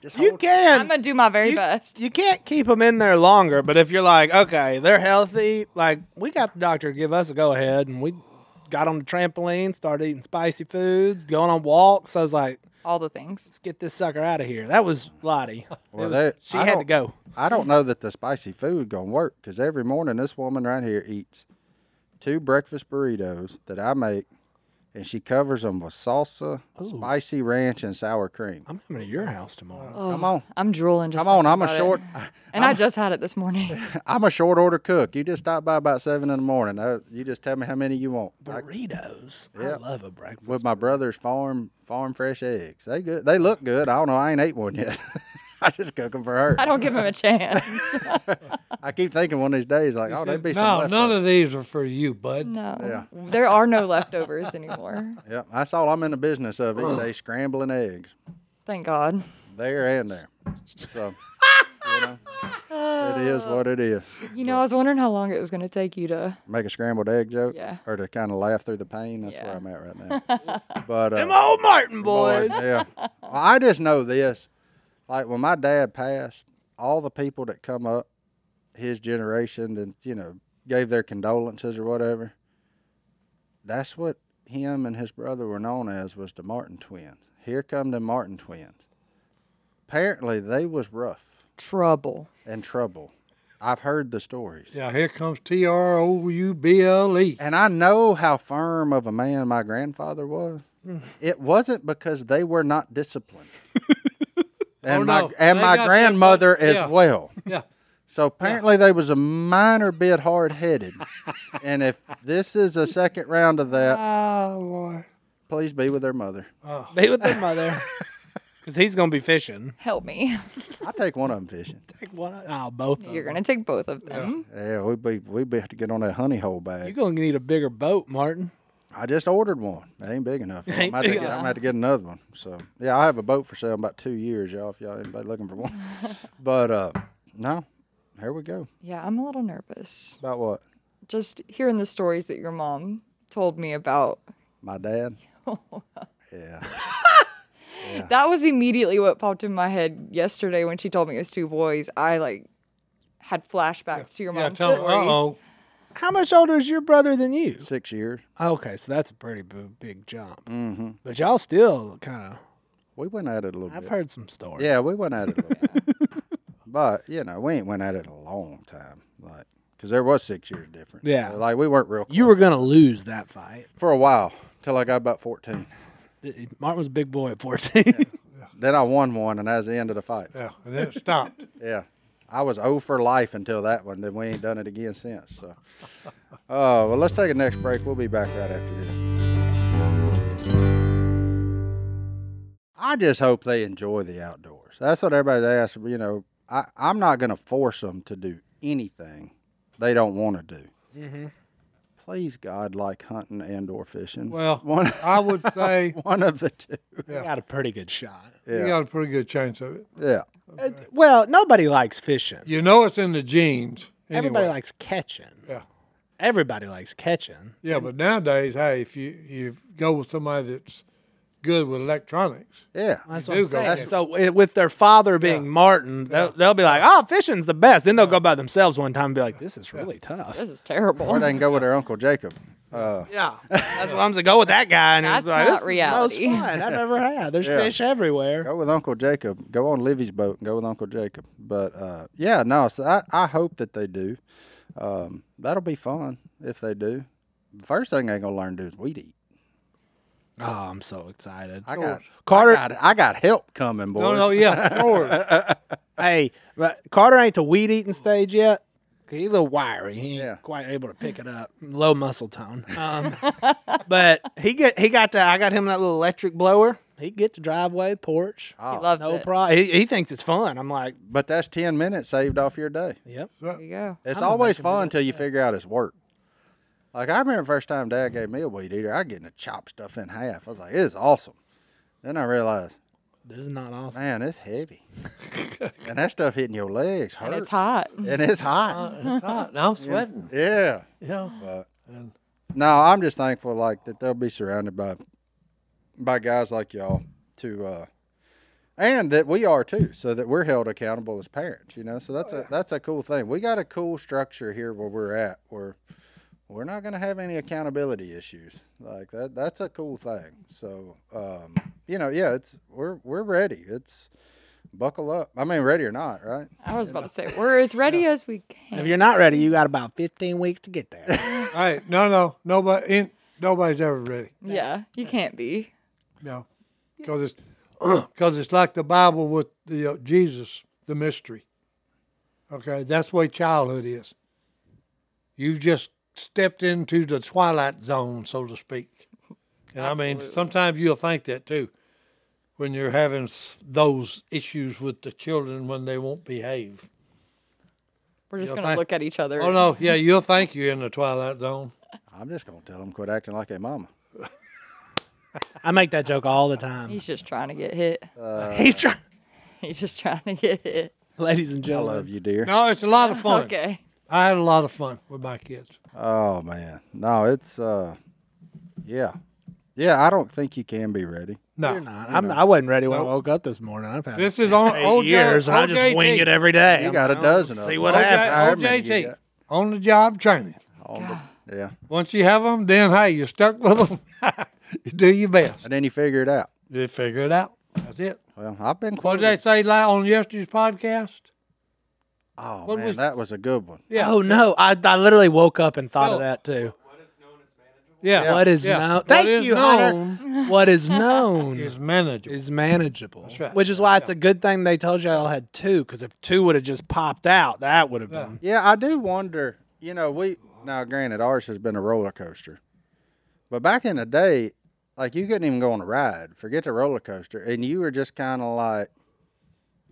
S3: Just
S2: You
S3: hold-
S2: can.
S4: I'm gonna do my very
S2: you,
S4: best.
S2: You can't keep them in there longer, but if you're like, okay, they're healthy, like we got the doctor to give us a go ahead, and we got on the trampoline, started eating spicy foods, going on walks. I was like,
S4: All the things.
S2: let's get this sucker out of here. That was Lottie. It
S3: Well,
S2: was-
S3: they-
S2: she
S3: I
S2: had to
S3: don't-
S2: go.
S3: I don't know that the spicy food gonna work because every morning this woman right here eats two breakfast burritos that I make, and she covers them with salsa, spicy ranch, and sour cream.
S2: I'm coming to your house tomorrow.
S3: Come on,
S4: I'm drooling just
S3: come on!
S4: thinking
S3: I'm a
S4: Oh, about it.
S3: short,
S4: And i just had it this morning.
S3: I'm a short order cook. You just stop by about seven in the morning. Uh, You just tell me how many you want. I-
S2: Burritos. I love a breakfast.
S3: with my brother's farm farm fresh eggs, they good. They look good. I don't know. I ain't ate one yet. I just cook them for her.
S4: I don't give him a chance.
S3: I keep thinking one of these days, like, oh, there'd be some.
S1: No, none
S3: leftovers.
S1: of these are for you, bud.
S4: No. There are no leftovers anymore.
S3: Yep, that's all I'm in the business of each day, scrambling eggs,
S4: Thank God.
S3: there and there. So, you know, it is what it is.
S4: You know, I was wondering how long it was gonna take you to
S3: Make a scrambled egg joke,
S4: Yeah.
S3: or to kind of laugh through the pain. That's where
S4: Yeah.
S3: I'm at right now. But uh,
S2: Oh, Martin, boys.
S3: Lord, yeah, well, I just know this. Like when my dad passed, all the people that come up, his generation, and you know, gave their condolences or whatever. That's what him and his brother were known as was the Martin twins. Here come the Martin twins. Apparently, they was rough
S4: trouble.
S3: and trouble. I've heard the stories.
S1: Yeah, here comes T R O U B L E.
S3: And I know how firm of a man my grandfather was. It wasn't because they were not disciplined. and
S1: Oh,
S3: my
S1: no.
S3: and
S1: They
S3: my
S1: got you,
S3: grandmother
S1: but-
S3: as
S1: yeah.
S3: well.
S1: Yeah.
S3: So apparently they was a minor bit hard headed. and if this is a second round of that,
S1: Oh boy.
S3: please be with their mother.
S2: Be with their mother. Because he's going to be fishing.
S4: Help me.
S3: I take one of them fishing.
S2: Take one. Oh, both.
S4: You're gonna take both of them.
S3: Yeah, we'd be we'd be have to get on that honey hole bag.
S2: You're going to need a bigger boat, Martin.
S3: I just ordered one. It ain't big enough. I'm
S2: Ain't
S3: gonna have to
S2: big
S3: get- I'm gonna have to get another one. So yeah, I have a boat for sale in about two years, y'all. If y'all anybody looking for one, but uh, no, here we go.
S4: Yeah, I'm a little nervous.
S3: About what?
S4: Just hearing the stories that your mom told me about.
S3: My dad. yeah,
S4: That was immediately what popped in my head yesterday when she told me it was two boys. I like had flashbacks to your
S1: Yeah,
S4: mom's
S1: tell him, uh
S4: stories.
S1: oh.
S2: How much older is your brother than you?
S3: six years.
S2: Oh, Okay, so that's a pretty b- big jump. Mm-hmm. But y'all still kind of.
S3: We went at it a little
S2: I've
S3: bit.
S2: heard some stories.
S3: Yeah, we went at it. a little bit. But you know, we ain't went at it in a long time. Like because there was six years difference.
S2: Yeah.
S3: like we weren't real.
S2: You were going to lose that fight.
S3: for a while till I got about fourteen.
S2: Martin was a big boy at 14.
S3: Then I won one, and that was the end of the fight.
S1: Yeah, and then it stopped.
S3: Yeah. I was 0 for life until that one. Then we ain't done it again since. So, uh, well, let's take a next break. We'll be back right after this. I just hope they enjoy the outdoors. That's what everybody asks. You know, I, I'm not going to force them to do anything they don't want to do. Please, God, like hunting and or fishing.
S1: Well,
S3: one,
S1: I would say
S3: one of the two.
S2: I got a pretty good shot.
S1: you
S3: Yeah.
S1: got a pretty good chance of it.
S3: Yeah.
S2: Uh, well, nobody likes fishing.
S1: You know it's in the genes. anyway.
S2: Everybody likes catching.
S1: Yeah.
S2: Everybody likes catching.
S1: Yeah, but nowadays, hey, if you, you go with somebody that's good with electronics,
S3: Yeah.
S2: That's
S1: You
S2: what I'm
S1: do go
S2: saying.
S1: fishing.
S2: So wi- with their father being Martin, they'll, they'll be like, "Oh, fishing's the best." Then they'll go by themselves one time and be like, "This is really tough."
S4: This is terrible.
S3: Or they can go with their Uncle Jacob. Uh,
S2: Yeah, that's what I'm saying. Go with that guy, and he's
S4: That's
S2: like,
S4: not
S2: "This is the
S4: reality."
S2: most fun I've ever had. There's
S3: Yeah.
S2: fish everywhere."
S3: Go with Uncle Jacob. Go on Livy's boat and go with Uncle Jacob. But uh, yeah, no, so I, I hope that they do. Um, that'll be fun if they do. First thing they gonna learn to do is weed eat.
S2: Oh, I'm so excited.
S3: I got
S2: Carter.
S3: I got, I got help coming, boys.
S1: no, no, Oh, yeah, sure.
S2: hey, but Carter ain't the weed eating stage yet. 'Cause He's a little wiry. He ain't
S3: Yeah.
S2: quite able to pick it up. Low muscle tone. Um, but he get he got to. I got him that little electric blower. He get the driveway porch.
S4: he loves
S2: No
S4: it.
S2: problem. He, he thinks it's fun. I'm like,
S3: But that's ten minutes saved off your day.
S2: yep.
S4: There you go.
S3: It's always fun until you figure out it's work. Like I remember the first time Dad gave me a weed eater, I getting to chop stuff in half. I was like, "It's awesome." Then I realized,
S2: This is not awesome.
S3: man, it's heavy, and that stuff hitting your legs hurts,
S4: And it's hot. Uh,
S3: and it's hot.
S1: It's hot, and I'm sweating.
S3: yeah.
S1: You know,
S3: No, I'm just thankful like that they'll be surrounded by by guys like y'all to uh and that we are too, so that we're held accountable as parents, you know. So that's a that's a cool thing. We got a cool structure here where we're at where we're not gonna have any accountability issues. Like that that's a cool thing. So um you know, yeah, it's we're we're ready. It's buckle up. I mean ready or not, right?
S4: I was about to say, we're as ready as we can.
S2: If you're not ready, you got about 15 weeks to get there.
S1: hey, no, no, nobody, ain't, nobody's ever ready.
S4: Yeah, you can't be.
S1: No, because it's because it's like the Bible with the uh, Jesus, the mystery. Okay, that's the way childhood is. You've just stepped into the twilight zone, so to speak. And I mean,
S4: Absolutely.
S1: sometimes you'll think that too, when you're having s- those issues with the children when they won't behave.
S4: We're just
S1: You'll
S4: gonna
S1: find-
S4: look at each other.
S1: Oh no, yeah, you'll think you're in the twilight zone.
S3: I'm just gonna tell them quit acting like a mama.
S2: I make that joke all the time.
S4: He's just trying to get hit.
S2: He's trying.
S4: He's just trying to get hit.
S2: Ladies and
S3: I
S2: gentlemen.
S3: love you, dear.
S1: No, it's a lot of fun.
S4: Okay.
S1: I had a lot of fun with my kids.
S3: Oh man, no, it's uh, yeah, yeah. I don't think you can be ready.
S1: No,
S2: You're not. I'm, I wasn't ready when I woke up this morning. I've had
S1: This is on
S2: eight
S1: old
S2: years, and I just wing it every day.
S3: You
S2: I'm
S3: got a
S2: like, "I'll
S3: dozen of
S2: See
S3: them."
S2: what
S3: Okay.
S2: happens.
S3: I
S1: OJ,
S3: haven't yet.
S1: OJT, on the job training.
S3: On the, yeah,
S1: Once you have them, then hey, you're stuck with them. you do your best.
S3: and then you figure it out.
S1: You figure it out. That's it.
S3: Well, I've been
S1: What did they
S3: quoted.
S1: say li- on yesterday's podcast?
S3: Oh
S1: what
S3: man,
S1: was-
S3: that was a good one.
S1: Yeah.
S2: Oh no! I, I literally woke up and thought
S1: Oh.
S2: of that too.
S1: yeah.
S2: What is
S1: yeah.
S2: known?
S1: What
S2: Thank
S1: is
S2: you,
S1: known
S2: Hunter. What is known
S1: is manageable.
S2: is manageable,
S1: right.
S2: which is why it's a good thing they told you I all had two. Because if two would have just popped out, that would have been
S3: Yeah, I do wonder. You know, we now granted ours has been a roller coaster, but back in the day, like you couldn't even go on a ride. Forget the roller coaster, and you were just kind of like,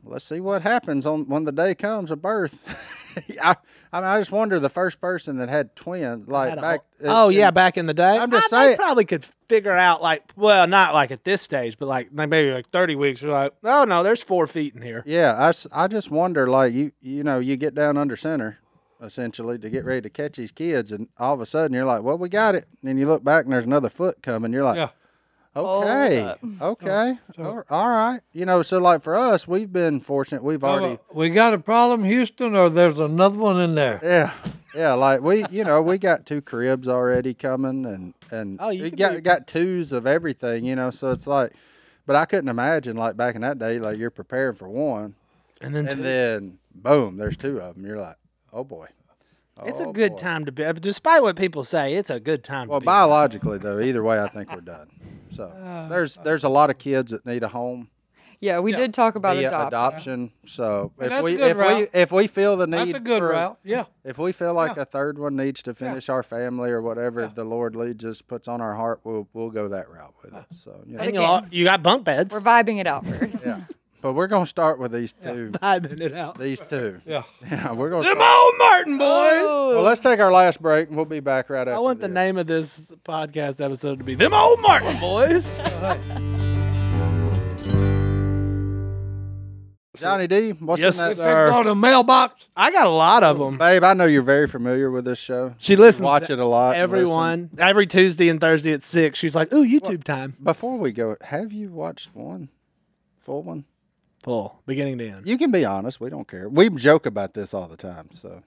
S3: let's see what happens on when the day comes of birth. I, I mean, I just wonder the first person that had twins, like
S2: had a
S3: back.
S2: whole- oh
S3: in-
S2: yeah, back in the day.
S3: I'm just
S2: I, they
S3: saying-
S2: probably could figure out like, well, not like at this stage, but like like, maybe like 30 weeks. You're like, oh no, there's four feet in here.
S3: Yeah, I, s- I just wonder like you you know you get down under center essentially to get ready to catch these kids, and all of a sudden you're like, well, we got it, and then you look back and there's another foot coming. You're like,
S1: Yeah.
S2: Oh,
S3: okay,
S4: up.
S3: okay, all- all right, you know. So like for us, we've been fortunate. We've already
S1: we got a problem, Houston, or there's another one in there.
S3: yeah. Yeah, like we, you know, we got two cribs already coming, and and
S2: Oh, you
S3: we
S2: could
S3: got
S2: be-
S3: got twos of everything, you know. So it's like, but I couldn't imagine like back in that day, like you're preparing for one,
S2: And then, two.
S3: and then boom, there's two of them. You're like, oh boy,
S2: It's a good time to be. uh, Despite what people say, it's a good time.
S3: Well,
S2: to be.
S3: biologically though, either way, I think we're done. So
S2: Ah,
S3: there's there's a lot of kids that need a home
S4: Yeah, we did talk about
S3: via
S4: adoption.
S3: adoption. So if
S1: that's
S3: we
S1: a good
S3: if
S1: route.
S3: we if we feel the need
S1: That's a good
S3: for-
S1: route. Yeah.
S3: If we feel like a third one needs to finish our family or whatever the Lord leads us, puts on our heart, we'll we'll go that route with it. So you know,
S2: And you, all, you got bunk beds.
S4: We're vibing it out first.
S3: yeah. But we're gonna start with these two.
S2: vibing it out.
S3: These two.
S1: Yeah.
S3: Yeah, we're gonna.
S2: Them
S3: Start.
S2: old Martin boys.
S1: Oh,
S3: Well, let's take our last break, and we'll be back right after.
S2: I want the
S3: this.
S2: name of this podcast episode to be Them Old Martin Boys.
S3: Johnny D. What's
S2: Yes,
S3: in that?
S2: sir.
S1: Picked out a mailbox.
S2: I got a lot of them.
S3: Babe, I know you're very familiar with this show.
S2: She listens.
S3: Watch
S2: to
S3: it a lot and
S2: Everyone, every Tuesday and Thursday at six, she's like, "Ooh, YouTube time."
S3: Before we go, have you watched one full one?
S2: Full beginning to end.
S3: You can be honest. We don't care. We joke about this all the time. So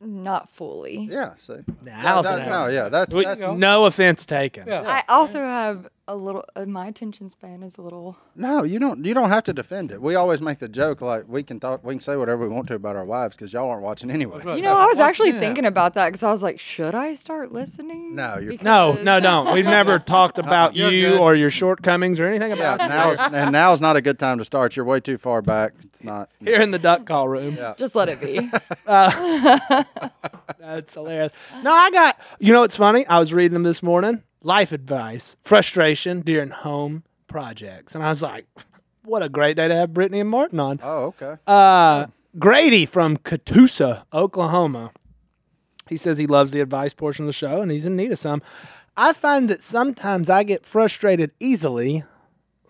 S4: Not fully.
S3: yeah, see.
S2: Allison
S3: that-
S2: had
S3: no,
S2: one.
S3: yeah, that's,
S2: We-
S3: that's
S2: no offense taken.
S1: Yeah.
S4: I also have a little. Uh, my attention span is a little.
S3: no. You don't. You don't have to defend it. We always make the joke like we can talk. We can say whatever we want to about our wives because y'all aren't watching anyway.
S4: You know, I was actually thinking about that because I was like, should I start listening?
S3: No, you're fine.
S2: No, no, don't. We've never talked about
S1: You're
S2: you
S1: good.
S2: or your shortcomings or anything
S3: Yeah,
S2: about
S3: now's, and now's not a good time to start. You're way too far back. It's not.
S2: you here in the duck call room.
S4: Just let it be.
S2: That's hilarious. No, I got. You know what's funny? I was reading them this morning. Life advice, frustration during home projects, and I was like, "What a great day to have Brittany and Martin on."
S3: Oh, okay.
S2: Uh, Grady from Catoosa, Oklahoma. He says he loves the advice portion of the show and he's in need of some. I find that sometimes I get frustrated easily,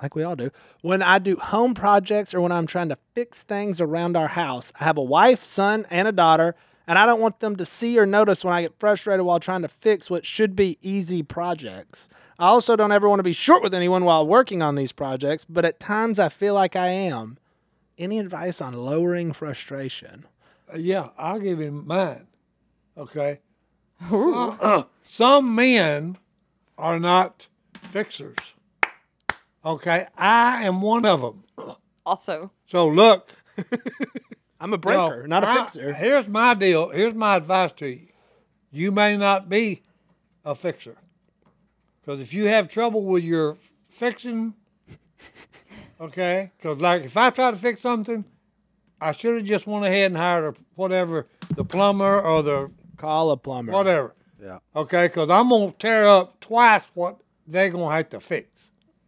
S2: like we all do, when I do home projects or when I'm trying to fix things around our house. I have a wife, son, and a daughter, and I don't want them to see or notice when I get frustrated while trying to fix what should be easy projects. I also don't ever want to be short with anyone while working on these projects, but at times I feel like I am any advice on lowering frustration?
S1: Uh, Yeah, I'll give him mine. Okay. Some men are not fixers. Okay. I am one of them.
S4: also,
S1: So look.
S2: I'm a
S1: you know,
S2: breaker, not a
S1: I-
S2: fixer.
S1: Here's my deal. Here's my advice to you. You may not be a fixer. Because if you have trouble with your fixing, okay? Because, like, if I try to fix something, I should have just went ahead and hired a, whatever, the plumber or the
S2: Call a plumber.
S1: whatever.
S3: Yeah.
S1: Okay, because I'm gonna tear up twice what they're gonna have to fix.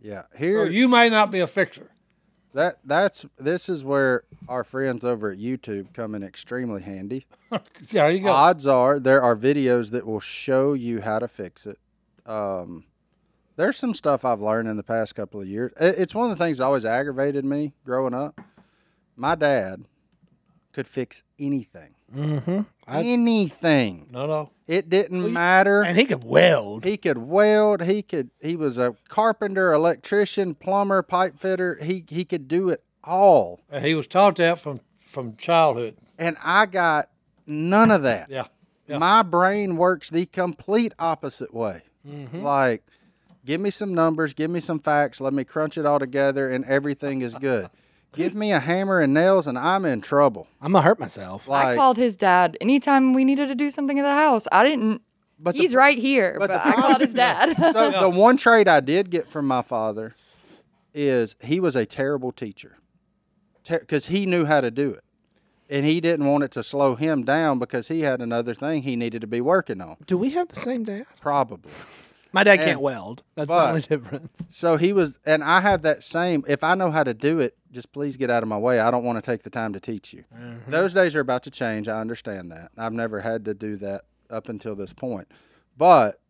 S3: Yeah.
S1: So
S2: Oh,
S3: Here,
S1: you may not be a fixer.
S3: That that's this is where our friends over at YouTube come in extremely handy.
S1: There you go.
S3: Odds are there are videos that will show you how to fix it. Um, there's some stuff I've learned in the past couple of years. It- It's one of the things that always aggravated me growing up. My dad could fix anything. Mm-hmm. Anything.
S1: no, no.
S3: It didn't matter.
S2: And he could weld.
S3: He could weld. He could. He was a carpenter, electrician, plumber, pipe fitter. He he could do it all.
S1: He was taught that from from childhood.
S3: and I got none of that.
S1: Yeah. yeah.
S3: My brain works the complete opposite way.
S1: Mm-hmm.
S3: Like, give me some numbers, give me some facts, let me crunch it all together, and everything is good. give me a hammer and nails, and I'm in trouble.
S2: I'm going to hurt myself.
S4: I
S3: Like,
S4: called his dad anytime we needed to do something at the house. I didn't.
S3: but the
S4: he's
S3: pro-
S4: right here, but,
S3: but the
S4: I called his dad.
S3: So the one trait I did get from my father is he was a terrible teacher because he knew how to do it. And he didn't want it to slow him down because he had another thing he needed to be working on,
S2: Do we have the same dad?
S3: probably.
S2: My dad can't weld. That's
S3: but-
S2: the only difference.
S3: So he was, and I have that same. If I know how to do it, just please get out of my way. I don't want to take the time to teach you. Those days are about to change. I understand that. I've never had to do that up until this point. But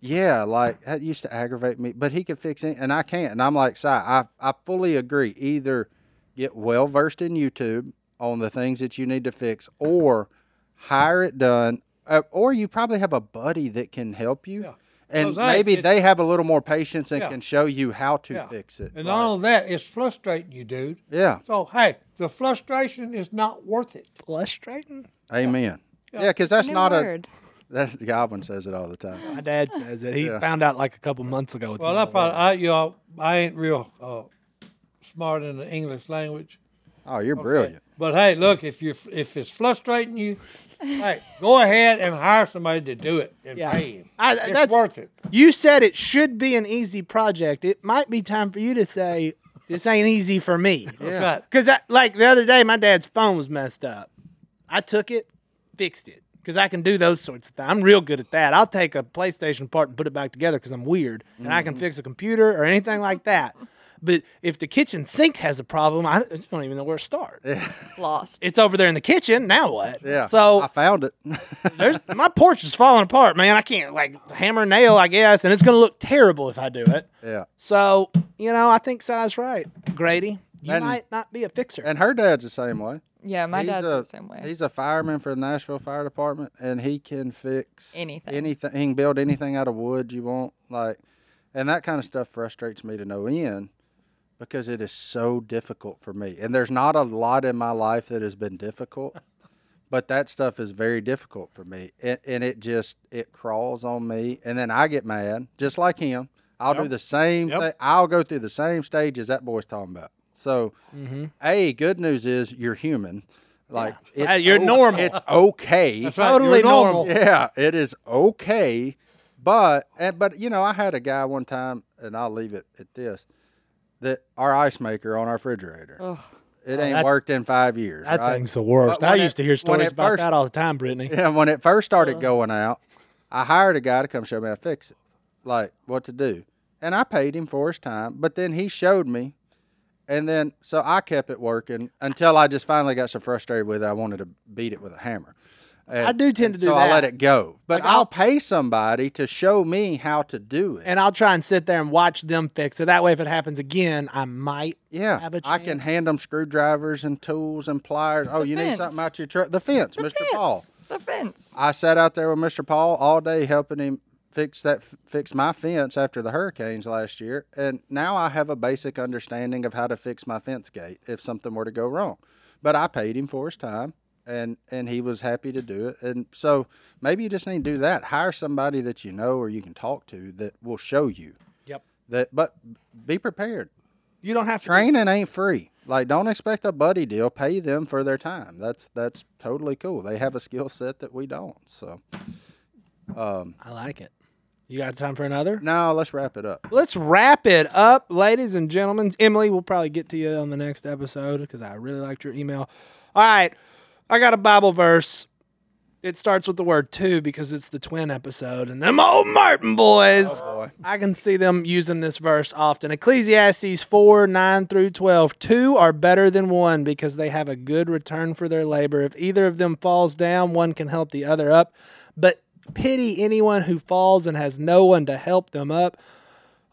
S3: yeah, like that used to aggravate me. But he could fix it, and I can't. And I'm like, Si, I, I fully agree. Either get well versed in YouTube on the things that you need to fix, or hire it done, uh, or you probably have a buddy that can help you. And
S1: 'Cause, hey,
S3: maybe
S1: it's-
S3: they have a little more patience and
S1: Yeah.
S3: can show you how to
S1: Yeah.
S3: fix it.
S1: And
S3: Like,
S1: all of that is frustrating you, dude.
S3: yeah.
S1: So hey, the frustration is not worth it.
S2: Frustrating?
S3: Amen. Yeah, because that's
S4: New
S3: not
S4: word.
S3: a that Godwin says it all the time.
S2: My dad says it. He found out like a couple months ago. It's
S1: Well, I probably I you know, I ain't real uh, smart in the English language,
S3: Oh, you're brilliant.
S1: But hey, look, if you if it's frustrating you, hey, go ahead and hire somebody to do it and
S2: Yeah.
S1: pay him.
S2: I-
S1: it's
S2: that's-
S1: worth it.
S2: You said it should be an easy project. It might be time for you to say this ain't easy for me.
S1: That's right.
S2: Cause I, like the other day, my dad's phone was messed up. I took it, fixed it, cause I can do those sorts of things. I'm real good at that. I'll take a PlayStation part and put it back together, cause I'm weird, and I can fix a computer or anything like that. But if the kitchen sink has a problem, I just don't even know where to start.
S4: Lost.
S2: It's over there in the kitchen. Now what?
S3: Yeah.
S2: So
S3: I found it.
S2: there's my porch is falling apart, man. I can't like hammer a nail, I guess, and it's gonna look terrible if I do it.
S3: yeah.
S2: So you know, I think Si's right, Grady. You
S3: And-
S2: might not be a fixer.
S3: And her dad's the same way.
S4: Yeah, my
S3: He's
S4: dad's
S3: a-
S4: the same way.
S3: He's a fireman for the Nashville Fire Department, and he can fix
S4: Anything.
S3: Anything. He can build anything out of wood you want, like, and that kind of stuff frustrates me to no end because it is so difficult for me. And there's not a lot in my life that has been difficult, but that stuff is very difficult for me, and, and it just it crawls on me, and then I get mad, just like him. I'll do the same
S1: Yep.
S3: thing. I'll go through the same stages that boy's talking about. So,
S1: Mm-hmm.
S3: a good news is you're human. Like
S2: Uh, you're
S3: o-
S2: normal.
S3: It's okay.
S1: That's right.
S2: Totally
S1: You're
S2: normal.
S3: Yeah, it is okay. But and, but you know, I had a guy one time, and I'll leave it at this: that our ice maker on our refrigerator,
S4: Ugh.
S3: it ain't
S2: Oh, that-
S3: worked in five years.
S2: That
S3: right?
S2: thing's the worst.
S3: But
S2: I
S3: when
S2: used to
S3: it-
S2: hear
S3: when
S2: stories
S3: it
S2: about
S3: first-
S2: that all the time, Brittany.
S3: Yeah, when it first started going out, I hired a guy to come show me how to fix it, like what to do. And I paid him for his time, but then he showed me. And then, so I kept it working until I just finally got so frustrated with it, I wanted to beat it with a hammer. And-
S2: I do tend
S3: and
S2: to do
S3: so I let
S2: that.
S3: it go. But
S2: Like, I'll-
S3: I'll, pay somebody to show me how to do it.
S2: And I'll try and sit there and watch them fix it. That way, if it happens again, I might.
S3: yeah,
S2: have a
S3: I can
S2: chance.
S3: hand them screwdrivers and tools and pliers. Oh, you need
S4: fence.
S3: something out your truck? The fence, Mr. Paul.
S4: The fence.
S3: I sat out there with Mr. Paul all day helping him fix that fix my fence after the hurricanes last year, and now I have a basic understanding of how to fix my fence gate if something were to go wrong. But I paid him for his time, and and he was happy to do it. And so maybe you just need to do that. Hire somebody that you know or you can talk to that will show you
S2: Yep.
S3: that. But be prepared.
S2: You don't have to.
S3: Training ain't free. Like, don't expect a buddy deal. Pay them for their time. That's that's totally cool. They have a skill set that we don't. So.
S2: I like it. You got time for another?
S3: No, let's wrap it up.
S2: Let's wrap it up, ladies and gentlemen. Emily, we'll probably get to you on the next episode because I really liked your email. All right. I got a Bible verse. It starts with the word two because it's the twin episode. And them old Martin boys. I can see them using this verse often. Ecclesiastes 4 9 through 12. Two are better than one because they have a good return for their labor. If either of them falls down, one can help the other up. But pity anyone who falls and has no one to help them up.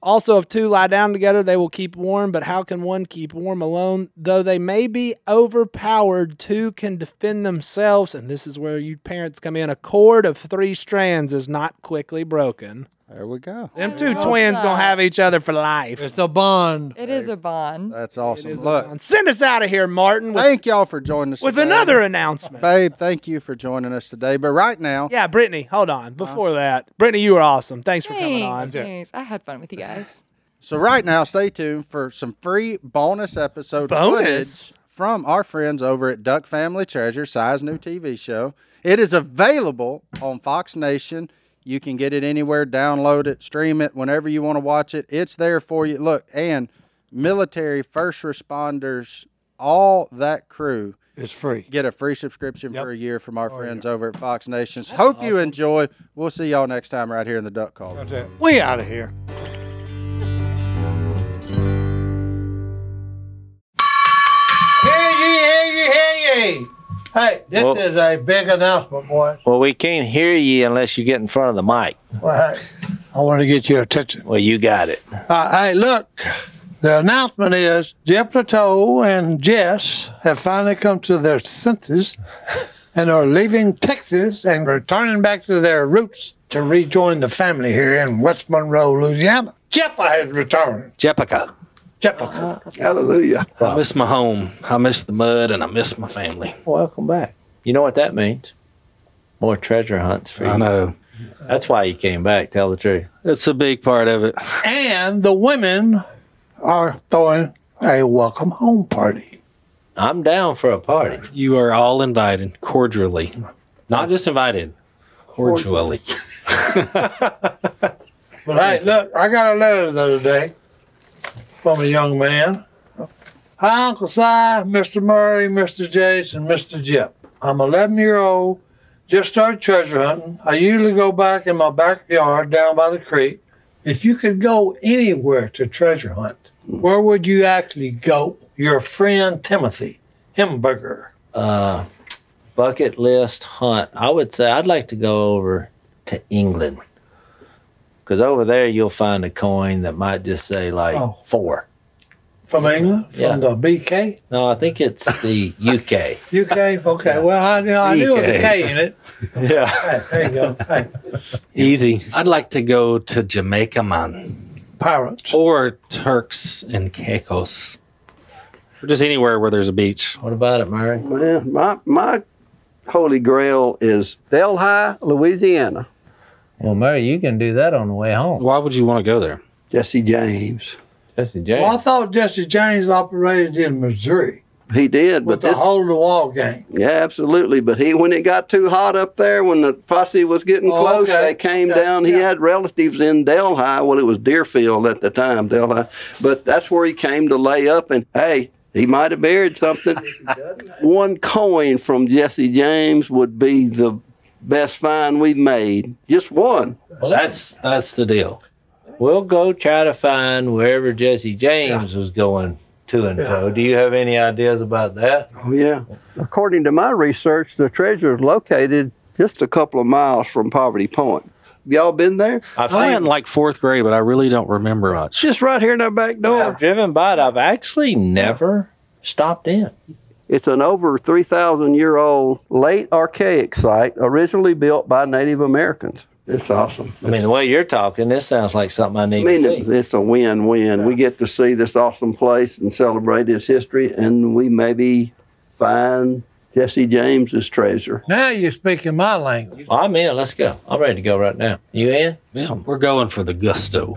S2: Also, if two lie down together, they will keep warm, but how can one keep warm alone? Though they may be overpowered, two can defend themselves. And this is where you parents come in. A cord of three strands is not quickly broken.
S3: There we go.
S2: Them two twins gonna have each other for life.
S1: It's a bond.
S4: It is a bond.
S3: That's awesome. Look,
S2: And send us out of here, Martin, with,
S3: thank y'all for joining us
S2: with
S3: today.
S2: another announcement.
S3: Babe, thank you for joining us today. But right now,
S2: Yeah, Brittany, hold on. Before that, Brittany, you were awesome. Thanks for coming on.
S4: Thanks, thanks. I had fun with you guys.
S3: so right now, stay tuned for some free bonus episode
S2: Bonus?
S3: footage from our friends over at Duck Family Treasure, Size new TV show. It is available on Fox Nation. You can get it anywhere, download it, stream it, whenever you want to watch it. It's there for you. Look, and military, first responders, all that crew.
S1: It's free.
S3: get a free subscription for a year from our friends over at Fox Nations. Hope you enjoy. We'll see y'all next time right here in the Duck Call.
S1: That's it. We out of here. Hear ye, hear ye, hear ye. Hey, this
S6: Whoa.
S1: is a big announcement, boys.
S6: Well, we can't hear you unless you get in front of the mic.
S1: Well, hey, I want to get your attention.
S6: Well, you got it.
S1: Uh, hey, look, the announcement is Jeff Plateau and Jess have finally come to their senses and are leaving Texas and returning back to their roots to rejoin the family here in West Monroe, Louisiana. Jeppa has returned.
S6: Jepica.
S1: Jeppa.
S6: Hallelujah. I miss my home. I miss the mud and I miss my family. Welcome back. You know what that means? More treasure hunts for you.
S7: I know.
S6: That's why you came back, tell the truth.
S7: It's a big part of it.
S1: And the women are throwing a welcome home party.
S6: I'm down for a party.
S7: You are all invited cordially. Not just invited, cordially.
S1: But hey, look, I got a letter the other day from a young man. Hi, Uncle Si, Mr. Murray, Mr. Jace, and Mr. Jip. I'm 11 year old, just started treasure hunting. I usually go back in my backyard down by the creek. If you could go anywhere to treasure hunt, where would you actually go? Your friend Timothy Himberger.
S6: Bucket list hunt. I would say I'd like to go over to England. Because over there, you'll find a coin that might just say like
S1: Oh.
S6: four.
S1: From England? From
S6: Yeah.
S1: the BK?
S6: No, I think it's the UK.
S1: UK? Okay, well, I, knew- I knew it was a K in it.
S6: yeah.
S1: Hey, there you go. Hey,
S7: Easy. I'd like to go to Jamaica, man,
S8: Oh,
S1: pirates.
S7: or Turks and Caicos, or just anywhere where there's a beach.
S6: What about it, Murray?
S8: Well, my my holy grail is Delhi, Louisiana.
S6: Well, Murray, you can do that on the way home.
S7: Why would you want to go there?
S8: Jesse James.
S6: Jesse
S1: Well, I
S6: James.
S1: thought Jesse James operated in Missouri
S8: He did,
S1: with
S8: but
S1: the
S8: this
S1: hole in the wall gang.
S8: yeah, absolutely. But he when it got too hot up there, when the posse was getting
S1: Oh,
S8: close,
S1: okay.
S8: they came
S1: Yeah,
S8: down. He
S1: yeah.
S8: had relatives in Delhi. Well, it was Deerfield at the time, Delhi. But that's where he came to lay up. And hey, he might have buried something. One coin from Jesse James would be the best find we've made. Just one.
S6: Well,
S7: That's that's the deal.
S6: We'll go try to find wherever Jesse James was going to and fro. Do you have any ideas about that?
S8: Oh, yeah. According to my research, the treasure is located just a couple of miles from Poverty Point. Y'all been there?
S6: I've
S7: I
S6: seen.
S7: went in like fourth grade, but I really don't remember much.
S8: Just right here in our back
S6: I've
S8: door.
S6: driven by it. I've actually never stopped in.
S8: It's an over 3,000 year old late archaic site originally built by Native Americans. It's awesome.
S6: I mean, the way you're talking, this sounds like something I need
S8: I mean,
S6: to
S8: it's,
S6: see.
S8: it's a win win. We get to see this awesome place and celebrate its history, and we maybe find Jesse James's treasure.
S1: Now you're speaking my language.
S6: Well, I'm in. Let's go. I'm ready to go right now. You in?
S7: Yeah, we're going for the gusto.